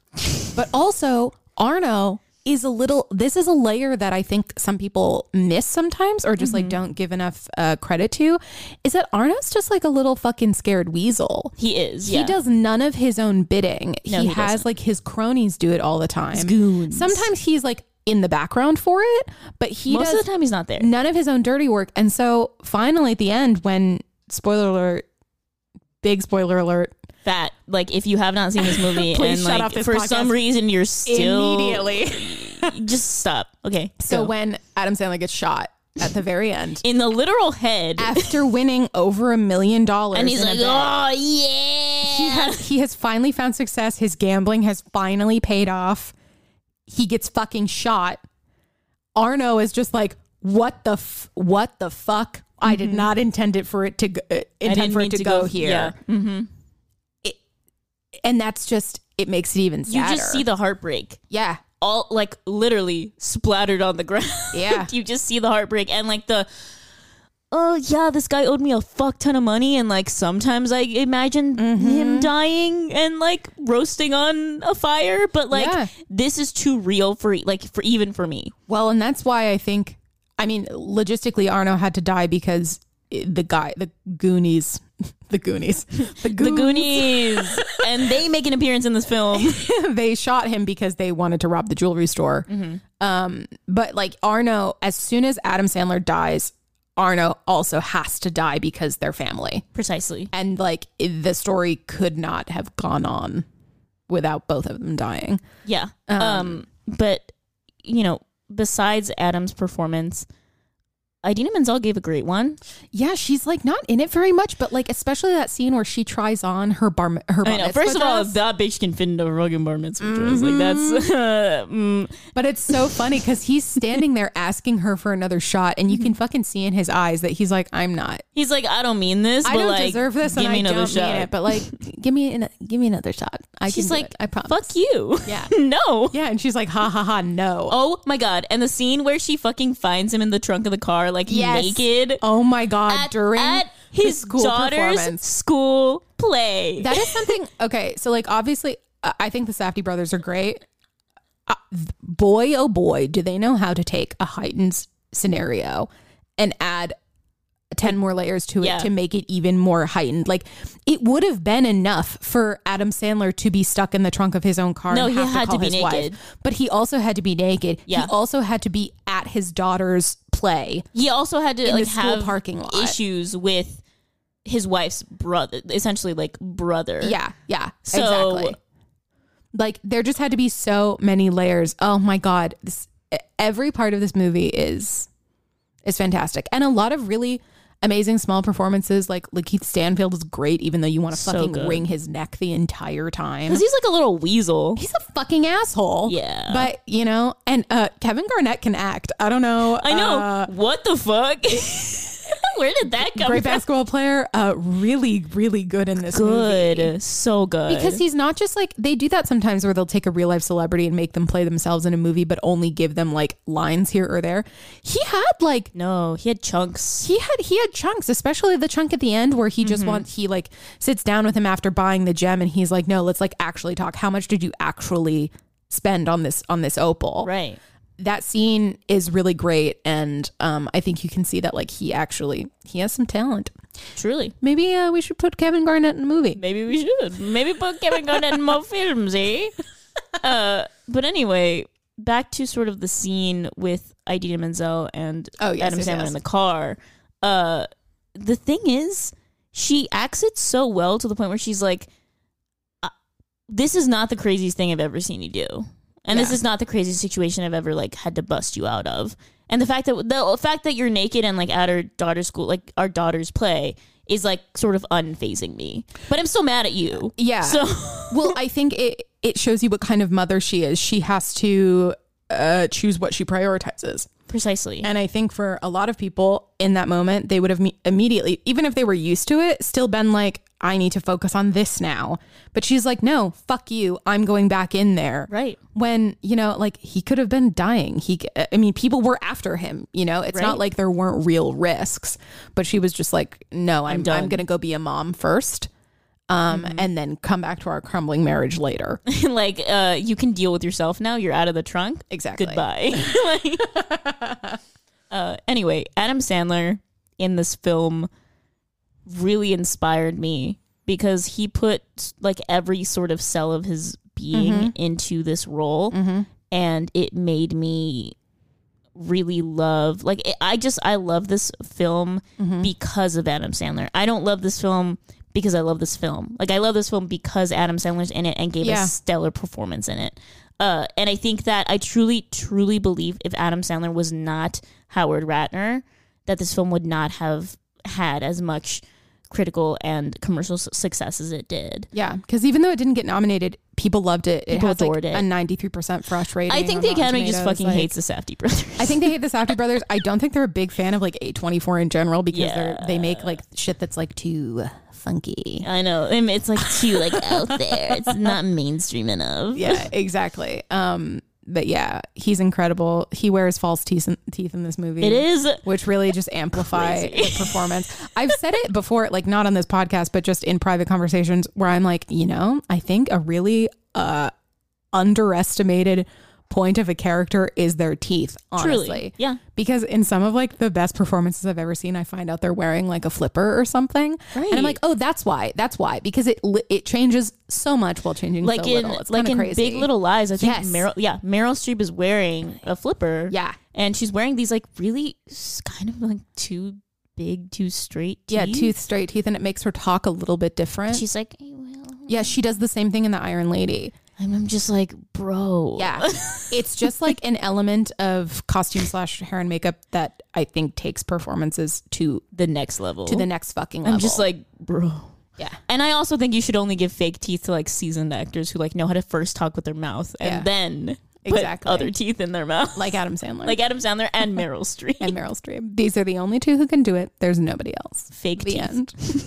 But also, Arno is a little this is a layer that I think some people miss sometimes or
Mm-hmm.
just like don't give enough uh, credit to is that Arno's just like a little fucking scared weasel.
He is.
He
yeah.
does none of his own bidding.
No,
he,
he
has
doesn't.
like his cronies do it all the time.
goons.
Sometimes he's like in the background for it, but he
Most
does
of the time, he's not there.
none of his own dirty work. And so finally at the end when spoiler alert big spoiler alert
That like, if you have not seen this movie
[laughs] Please
and
shut
like
off this
for
podcast
some reason you're still
immediately
[laughs] just stop. Okay,
So
go.
when Adam Sandler gets shot at the very end
in the literal head,
after winning over a million dollars,
and he's
in a
like,
bet,
oh yeah,
he has he has finally found success. His gambling has finally paid off. He gets fucking shot. Arno is just like, what the f- what the fuck? I
Mm-hmm.
did not intend it for it to go, uh,
I
intend
didn't
for
mean
it to, go,
f-
here,
yeah.
and that's just it makes it even
You
sadder.
just see the heartbreak.
yeah,
all like literally splattered on the ground.
Yeah.
[laughs] you just see the heartbreak and like the oh yeah, this guy owed me a fuck ton of money and like sometimes I imagine
Mm-hmm.
him dying and like roasting on a fire, but like
Yeah.
this is too real for like for even for me.
Well, and that's why I think, I mean, logistically, Arno had to die because i- the guy, the Goonies, [laughs] the
[laughs]
Goonies,
The
the Goonies,
Goonies
[laughs]
and they make an appearance in this film.
they shot him because they wanted to rob the jewelry store. Um, but like Arno, as soon as Adam Sandler dies, Arno also has to die because they're family.
Precisely.
And like i- the story could not have gone on without both of them dying.
Yeah. Um, but you know, besides Adam's performance, Idina Menzel gave a great one.
Yeah, she's like not in it very much, but like especially that scene where she tries on her bar her
I know. First of all, that bitch can fit into a rugged bar mitzvah dress.
Mm-hmm.
Like that's [laughs] mm,
But it's
[laughs]
so funny because he's standing there asking her for another shot, and you
Mm-hmm.
can fucking see in his eyes that he's like, "I'm not.
he's like, I don't mean this.
I
but
don't
like,
deserve this,
Give
and
me
I
another
don't
shot.
mean it." But like, give me an, give me another shot. I
She's
can do
like,
it. I promise.
Fuck you.
Yeah.
[laughs] no.
Yeah, and she's like, "Ha ha ha, no."
[laughs] Oh my god! And the scene where she fucking finds him in the trunk of the car, like
Yes.
naked,
Oh my god!
at,
during
at
the
his
school
daughter's
performance.
school play.
That is something. Okay, so like obviously, I I think the Safety brothers are great. Uh, th- boy, oh boy, do they know how to take a heightened s- scenario and add ten more layers to it
Yeah.
to make it even more heightened. Like it would have been enough for Adam Sandler to be stuck in the trunk of his own car.
No,
and
he
have
had to
call
be
his
naked.
wife, but he also had to be naked.
Yeah.
He also had to be at his daughter's play.
he also had to
In the
like
school
have
parking lot.
issues with his wife's brother, essentially like brother.
Yeah, yeah,
Er. So-
exactly. Like there just had to be so many layers. Oh my god, this, e-, every part of this movie is is fantastic, and a lot of really amazing small performances. Like Lakeith Stanfield is great, even though you want to
So
fucking
good.
wring his neck the entire time.
because he's like a little weasel.
He's a fucking asshole.
Yeah.
but you know, and uh, Kevin Garnett can act. I don't know.
I know.
uh,
what the fuck? [laughs] Where did that come [laughs]
great
from?
basketball player. Uh, really, really good in this. movie.
Good. So good.
Because he's not just like they do that sometimes where they'll take a real life celebrity and make them play themselves in a movie, but only give them like lines here or there. He had like
no, he had chunks.
he had he had chunks, especially the chunk at the end where he just wants he like sits down with him after buying the gem and he's like, No, let's like actually talk. How much did you actually spend on this on this opal?
Right.
That scene is really great and um I think you can see that like he actually he has some talent.
Truly.
Maybe uh, we should put Kevin Garnett in a movie.
Maybe we should. Maybe put Kevin Garnett in
[laughs]
more films, eh? Uh, but anyway, back to sort of the scene with Idina Menzel and
Oh, yes,
Adam
yes,
Sandler
yes.
in the car. Uh, the thing is, she acts it so well to the point where she's like, "Uh, "This is not the craziest thing I've ever seen you do, and this is not the craziest situation I've ever like had to bust you out of." And the fact that the fact that you're naked and like at our daughter's school, like our daughter's play, is like sort of unfazing me. But I'm still mad at you.
Yeah.
So [laughs]
well, I think it it shows you what kind of mother she is. She has to uh, choose what she prioritizes.
precisely.
And I think for a lot of people in that moment, they would have me- immediately, even if they were used to it, still been like, I need to focus on this now. But she's like, no, fuck you. I'm going back in there.
Right. [laughs]
When, you know, like he could have been dying. He, I mean, people were after him, you know, it's
Right.
not like there weren't real risks, but she was just like, no, I'm,
done. Mm-hmm.
I'm, going to go be a mom first. Um, and then come back to our crumbling marriage
[laughs]
later.
like uh you can deal with yourself now you're out of the trunk
Exactly.
goodbye [laughs] Like- uh anyway adam sandler in this film really inspired me because he put like every sort of cell of his being into this role and it made me really love like it, i just i love this film
Mm-hmm.
because of adam sandler i don't love this film because i love this film like i love this film because adam sandler's in it and gave
Yeah.
a stellar performance in it uh, and i think that i truly truly believe if adam sandler was not howard ratner that this film would not have had as much critical and commercial su- success as it did
Yeah. Cause even though it didn't get nominated, people loved it. It
People
has like
adored it.
a 93% fresh rating.
i think
on
the
Rotten
academy just
Tomatoes,
fucking
like-
hates the safety brothers [laughs]
I think they hate the Safdie brothers. I don't think they're a big fan of like A24 in general because they're they make like shit that's like too funky.
i know and it's like too like out there it's
[laughs]
not mainstream enough [laughs]
Yeah, exactly. Um but yeah, he's incredible. He wears false teeth in, teeth in this movie.
it is
which really just amplify the performance. I've said it before, like not on this podcast, but just in private conversations where I'm like, you know, I think a really uh, underestimated point of a character is their teeth. Honestly,
Truly. Yeah.
Because in some of like the best performances I've ever seen, I find out they're wearing like a flipper or something, and I'm
Right.
like, oh, that's why. That's why because it li- it changes so much while changing
like
so
in
little. It's
like
kinda
in
crazy.
Big Little Lies. I think
Yes.
Meryl, yeah, Meryl Streep is wearing a flipper.
Yeah.
and she's wearing these like really s- kind of like too big, too straight. Teeth.
yeah, tooth straight teeth, and it makes her talk a little bit different.
She's like, hey, well,
yeah, she does the same thing in the Iron Lady.
and I'm just like, bro.
Yeah.
[laughs]
it's just like an element of costume slash hair and makeup that I think takes performances to
the next level.
to the next fucking level.
I'm Oh. just like, bro.
Yeah.
And I also think you should only give fake teeth to like seasoned actors who like know how to first talk with their mouth and
Yeah.
then
Exactly.
put other teeth in their mouth,
like Adam
[laughs]
Sandler.
like Adam Sandler and Meryl Streep.
and Meryl Streep. These are the only two who can do it. There's nobody else.
fake
The
teeth.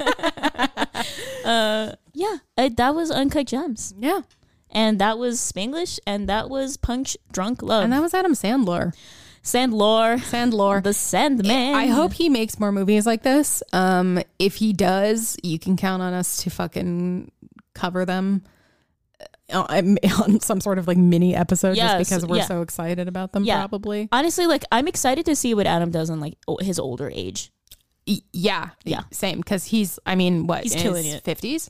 end.
Uh, yeah, uh, that was uncut gems.
Yeah.
and that was Spanglish, and that was Punch Drunk Love.
And that was Adam Sandler. [laughs]
Sandlore,
Sandler.
the Sandman.
I hope he makes more movies like this. Um, if he does, you can count on us to fucking cover them uh, on [laughs] on some sort of like mini episode
Yes,
just because we're
yeah.
so excited about them
Yeah.
probably.
Honestly, like I'm excited to see what Adam does in like o- his older age.
Y- yeah
Yeah.
same because he's i mean what
He's
in
killing
his
it.
50s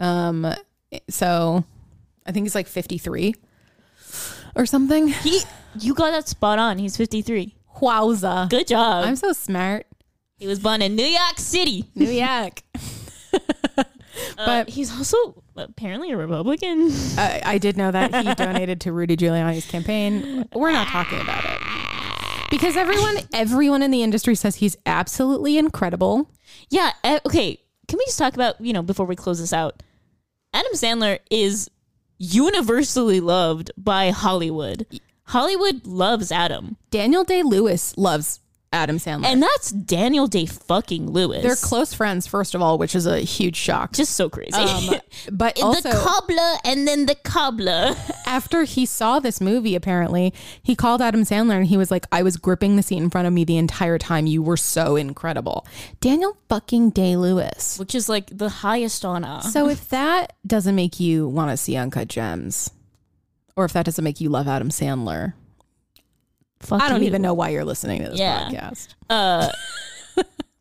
um so i think he's like 53 or something [laughs]
He, you got that spot on. He's 53.
wowza
Good job.
i'm so smart
he was born in New York City.
new york
but he's also apparently a Republican.
I, I did know that [laughs] he donated to rudy giuliani's campaign we're not talking about it because everyone everyone in the industry says he's absolutely incredible
yeah. eh, Okay. Can we just talk about you know before we close this out? Adam Sandler is universally loved by Hollywood. Hollywood loves Adam.
daniel day-lewis loves adam sandler
And that's Daniel Day fucking Lewis.
they're close friends first of all which is a huge shock [laughs]
Just so crazy. [laughs]
but Um, also
the cobbler and then the cobbler.
[laughs] after he saw this movie, apparently, he called Adam Sandler and he was like, I was gripping the seat in front of me the entire time. You were so incredible. Daniel fucking Day Lewis.
Which is like the highest honor.
So if that doesn't make you want to see Uncut Gems, or if that doesn't make you love Adam Sandler,
Fuck
I don't
you.
even know why you're listening to this
Yeah.
podcast.
Uh,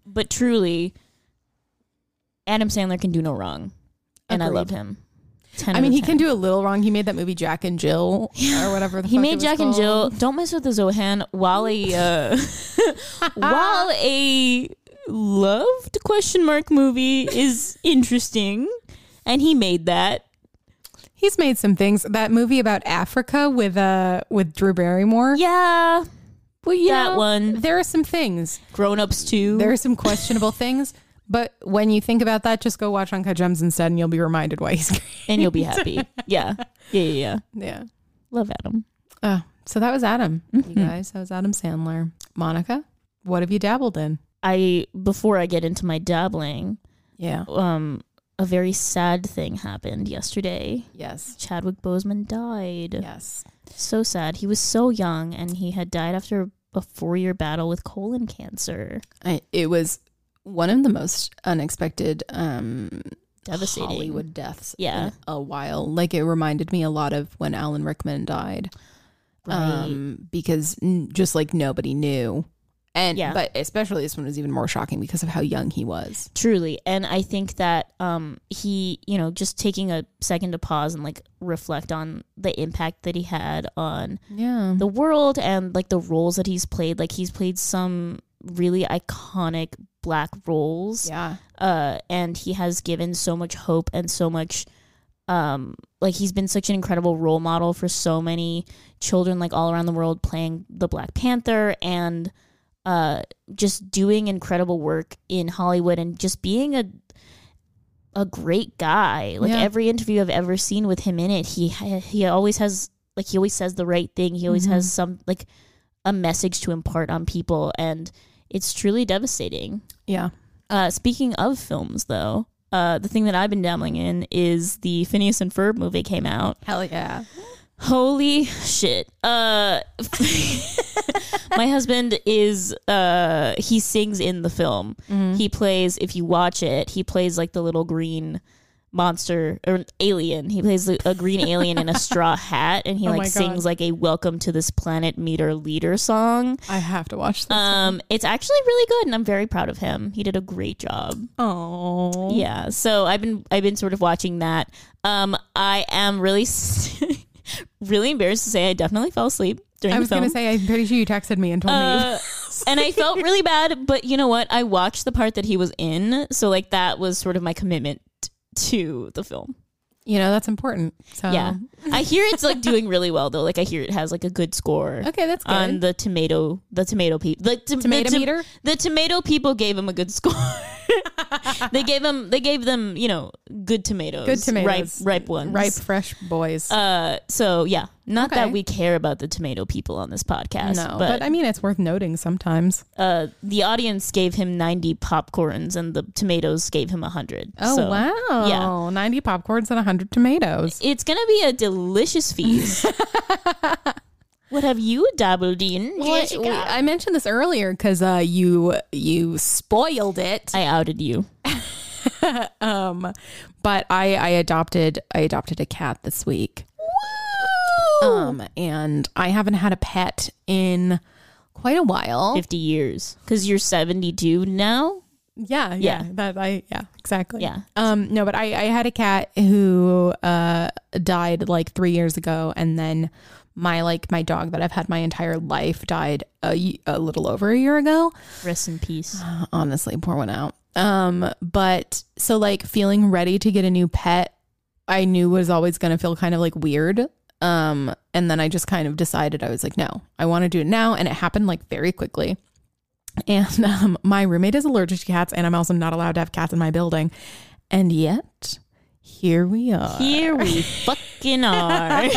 but truly, Adam Sandler can do no wrong. And I
Agreed.
love him. 10
I
out
mean,
of
he
10.
can do a little wrong. He made that movie Jack and Jill or whatever the
He
fuck it
made
was
Jack and
called.
Jill. Don't mess with the Zohan. While a
[laughs]
uh, while a loved question mark movie is interesting, and he made that.
He's made some things. That movie about Africa with uh with Drew Barrymore.
Yeah,
Well, you
That
know,
one.
There are some things.
Grown ups too.
There are some questionable things. But when you think about that, just go watch Uncut Gems instead, and you'll be reminded why he's great.
and you'll be happy. Yeah. Yeah, yeah, yeah.
[laughs] Yeah.
Love Adam.
Uh, so that was Adam, Mm-hmm. you guys. That was Adam Sandler. Monica, what have you dabbled in?
I before I get into my dabbling,
Yeah.
um, a very sad thing happened yesterday.
Yes.
Chadwick Boseman died.
Yes.
So sad. He was so young and he had died after a four year battle with colon cancer.
I, it was one of the most unexpected um,
Devastating.
Hollywood deaths
Yeah.
in a while. Like it reminded me a lot of when Alan Rickman died. Um, because n- just like nobody knew. And
Yeah.
but especially this one was even more shocking because of how young he was.
Truly. And I think that um, he, you know, just taking a second to pause and like reflect on the impact that he had on
Yeah.
the world and like the roles that he's played. Like he's played some really iconic black roles.
Yeah.
Uh, and he has given so much hope and so much um like he's been such an incredible role model for so many children like all around the world playing the Black Panther and uh just doing incredible work in Hollywood and just being a a great guy. Like
Yeah.
every interview I've ever seen with him in it, he ha- he always has like he always says the right thing. He always has some like a message to impart on people and it's truly devastating.
Yeah.
Uh, speaking of films, though, uh, the thing that I've been dabbling in is the Phineas and Ferb movie came out.
Hell yeah.
Holy shit! Uh, [laughs] my husband is uh, he sings in the film.
Mm-hmm.
He plays. If you watch it, he plays like the little green monster or alien. He plays a green alien in a
[laughs]
straw hat, and he like
Oh my God.
sings like a "Welcome to This Planet, Meter Leader" song.
I have to watch this.
Um, it's actually really good, and I'm very proud of him. He did a great job.
Oh.
Yeah, so I've been I've been sort of watching that. Um, I am really [laughs] s- really embarrassed to say I definitely fell asleep during
I was
the film.
going to say, I'm pretty sure you texted me and told me.
Uh, and I felt really bad, but you know what? I watched the part that he was in, so like that was sort of my commitment t- to the film.
You know, that's important. So,
Yeah,
Uh.
I hear it's like doing really well though. Like I hear it has like a good score.
[laughs] Okay, that's good.
On the tomato, the tomato people, the tom-
Tomato
the, tom-
meter?
the tomato people gave him a good score. [laughs] they gave him, they gave them, you know, good tomatoes,
Good tomatoes.
ripe, ripe ones,
Ripe, fresh boys.
Uh, so yeah, not
Okay.
that we care about the tomato people on this podcast,
no,
but,
but I mean, it's worth noting sometimes.
uh, the audience gave him ninety popcorns, and the tomatoes gave him hundred.
Oh
so,
wow! Ninety popcorns and hundred tomatoes.
It's gonna be a delicious
[laughs]
feast. what have you dabbled in?
we- I mentioned this earlier because uh, you you spoiled it.
I outed you.
Um, but I I adopted I adopted a cat this week. Um, and I haven't had a pet in quite a while.
Fifty years, because you're seventy two now.
Yeah, yeah, That I yeah, exactly.
Yeah.
Um no, but I I had a cat who uh died like 3 years ago and then my like my dog that I've had my entire life died a, y- a little over a year ago.
Rest in peace.
Honestly, pour one out. Um but so like feeling ready to get a new pet I knew was always going to feel kind of like weird. Um and then I just kind of decided I was like no, I want to do it now and it happened like very quickly. And um, my roommate is allergic to cats, and I'm also not allowed to have cats in my building. And yet, here we are.
Here we
[laughs]
fucking are.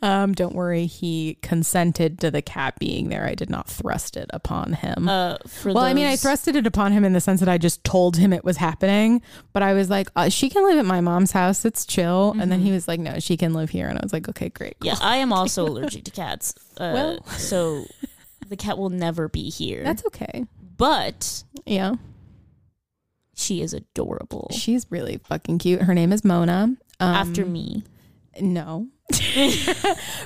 Um, don't worry, he consented to the cat being there. I did not thrust it upon him.
Uh, for
well, I mean, I [laughs]
those-
thrusted it upon him in the sense that I just told him it was happening. But I was like, uh, she can live at my mom's house. It's chill. And then he was like, no, she can live here. And I was like, okay, great.
Yeah, I am also allergic to cats. Uh, so the cat will never be here.
That's okay.
but
Yeah.
she is adorable.
She's really fucking cute. Her name is Mona. Um,
After me,
No.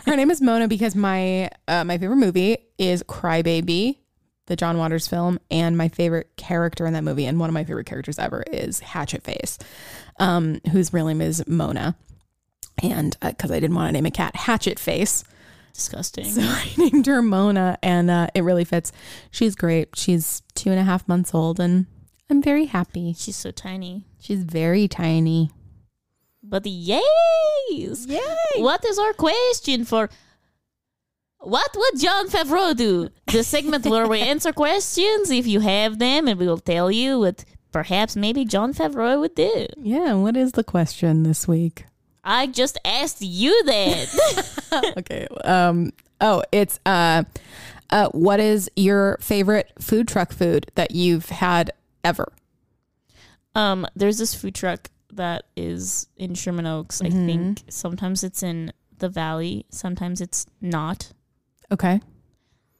Her name is Mona because my uh, my favorite movie is Crybaby, the John Waters film, and my favorite character in that movie, and one of my favorite characters ever is Hatchet Face, um, whose real name is Mona. And because I didn't want to name a cat Hatchet Face, [laughs]
disgusting.
so I named her Mona, and uh, it really fits. She's great. She's two and a half months old, and I'm very happy.
She's so tiny.
She's very tiny.
But the yays. Yay! What is our question for What would John Favreau do? The segment where we answer questions if you have them, and we will tell you what perhaps maybe John Favreau would do.
Yeah, what is the question this week?
I just asked you that.
[laughs] Okay. Um oh, it's uh uh what is your favorite food truck food that you've had ever?
um, there's this food truck that is in Sherman Oaks.
Mm-hmm.
I think sometimes it's in the Valley, sometimes it's not.
Okay.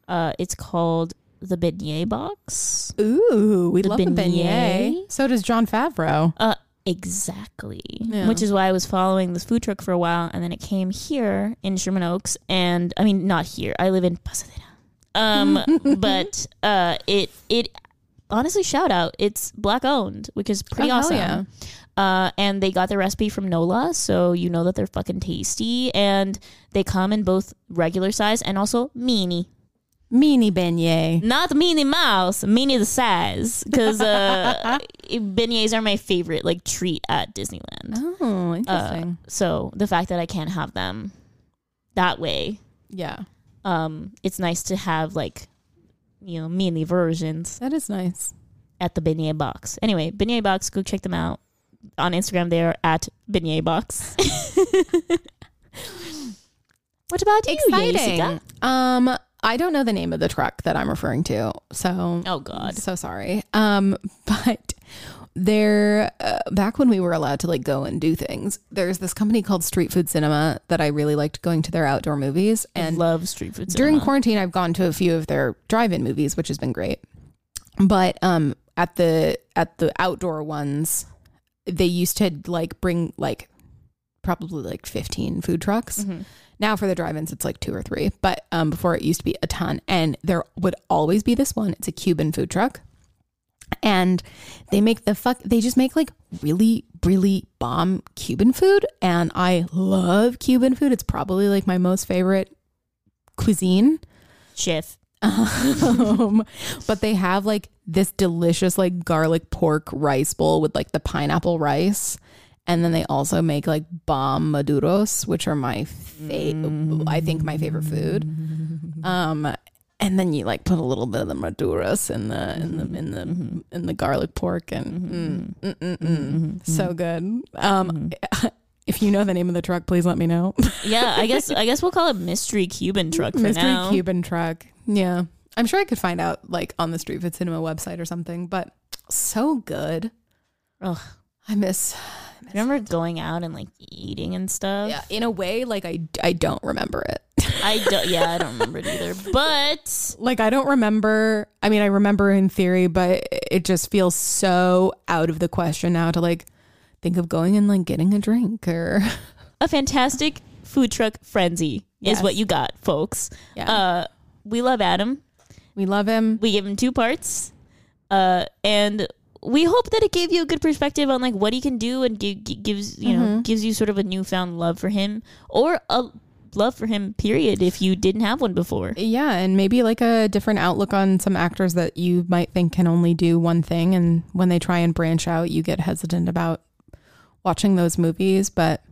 Uh, it's called the Beignet Box.
Ooh, we
The
love a beignet.
beignet?
So does John Favreau.
Uh, exactly. Which is why I was following this food truck for a while, and then it came here in Sherman Oaks, and I mean not here. I live in Pasadena.
[laughs]
Um, but uh, it it honestly shout out. It's black owned, which is pretty
Oh, hell
awesome.
yeah.
Uh, and they got the recipe from Nola, so you know that they're fucking tasty. And they come in both regular size and also mini
Meanie beignet.
not Minnie Mouse, Minnie the size,
[laughs]
because uh, beignets are my favorite like treat at Disneyland. Uh,
Oh, interesting.
So the fact that I can't have them that way,
yeah.
um, it's nice to have like you know mini versions
That is nice.
at the beignet box. Anyway, beignet box, go check them out on Instagram. They are at beignet box. [laughs] what about you, Jessica?
Um, I don't know the name of the truck that I'm referring to, so
Oh God,
so sorry. Um, [laughs] but there, uh, back when we were allowed to like go and do things, there's this company called Street Food Cinema that I really liked going to their outdoor movies. And
love street food.
during
cinema.
quarantine, I've gone to a few of their drive-in movies, which has been great. But um, at the at the outdoor ones, they used to like bring like probably like 15 food trucks.
Mm-hmm.
Now for the drive-ins, it's like two or three. But um, before it used to be a ton, and there would always be this one. It's a Cuban food truck, and they make the fuck. They just make like really, really bomb Cuban food, and I love Cuban food. It's probably like my most favorite cuisine.
Chef.
Um, but they have like this delicious like garlic pork rice bowl with like the pineapple rice. And then they also make like bomb maduros, which are my favorite, I think my favorite food. Um, and then you like put a little bit of the maduros in the in the in the in the garlic pork and mm, mm, mm, mm. so good. Um, [laughs] if you know the name of the truck, please let me know.
Yeah,
[laughs]
I guess I guess we'll call it mystery Cuban truck for
mystery
now.
Cuban truck. Yeah, I'm sure I could find out like on the Street Food Cinema website or something. But so good.
Ugh.
I miss.
Remember going out and like eating and stuff?
Yeah, in a way, like I I don't remember it.
I don't. Yeah, I don't remember
[laughs]
it either. But
like I don't remember. I mean, I remember in theory, but it just feels so out of the question now to like think of going and like getting a drink or [laughs]
a fantastic food truck frenzy
Yes.
is what you got, folks.
Yeah.
Uh, we love Adam.
we love him.
We give him two parts, uh, and we hope that it gave you a good perspective on like what he can do and gi- gi- gives you
Mm-hmm.
know gives you sort of a newfound love for him or a love for him. Period. If you didn't have one before.
Yeah, and maybe like a different outlook on some actors that you might think can only do one thing. And when they try and branch out, you get hesitant about watching those movies. But,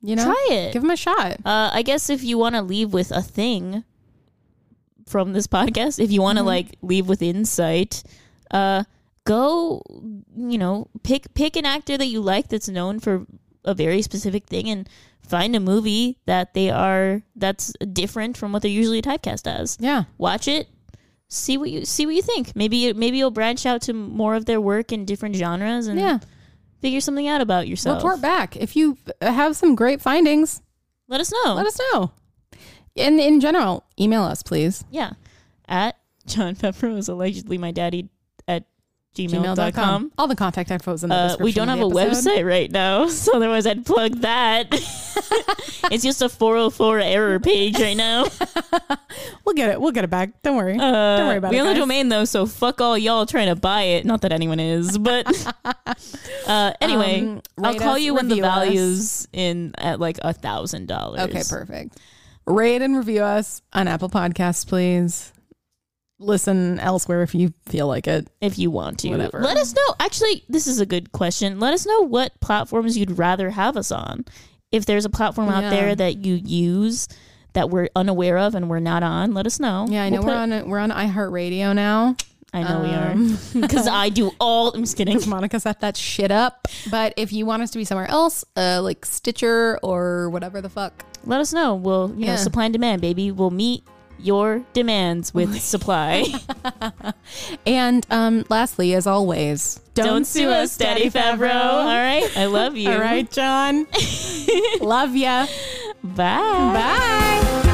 you know,
Try it.
give them a shot.
Uh, I guess if you want to leave with a thing from this podcast, if you want
Mm-hmm.
to like leave with insight, uh, go, you know, pick pick an actor that you like that's known for a very specific thing and find a movie that they are that's different from what they're usually typecast as.
Yeah.
Watch it, see what you see what you think. Maybe you, maybe you'll branch out to more of their work in different genres and
Yeah.
figure something out about yourself.
Report back. If you have some great findings,
Let us know.
let us know. And in general, email us, please.
Yeah. At John Pepper was allegedly my daddy at
Gmail.com.
gmail.com.
All the contact info is in the
Uh,
description.
we don't
of
have a
the episode.
website right now, [laughs] so otherwise I'd plug
[laughs]
that. it's just a 404 error page right now.
We'll get it. We'll get it back. [laughs] Don't worry.
Uh,
don't worry about
we
it.
own the
guys.
domain though, so fuck all y'all trying to buy it. Not that anyone is, but [laughs] uh, anyway,
Um,
I'll
rate
call
us,
you when the
review us.
value's in at like a thousand dollars.
Okay, perfect. Rate and review us on Apple Podcasts, please. Listen elsewhere if you feel like it.
if you want to.
Whatever.
Let us know. Actually, this is a good question. Let us know what platforms you'd rather have us on. If there's a platform out
Yeah.
there that you use that we're unaware of and we're not on, let us know.
Yeah, I know
We'll
we're
put-
on we're on iHeartRadio now.
I know [laughs] we are because I do all. I'm just kidding.
Monica set that shit up. But if you want us to be somewhere else, uh, like Stitcher or whatever the fuck,
Let us know. We'll you
Yeah.
know supply and demand, baby. We'll meet your demands with supply.
And um, lastly, as always,
Don't sue us, Daddy Favreau. All right, I love you. [laughs]
All right, John. Love ya.
bye.
Bye.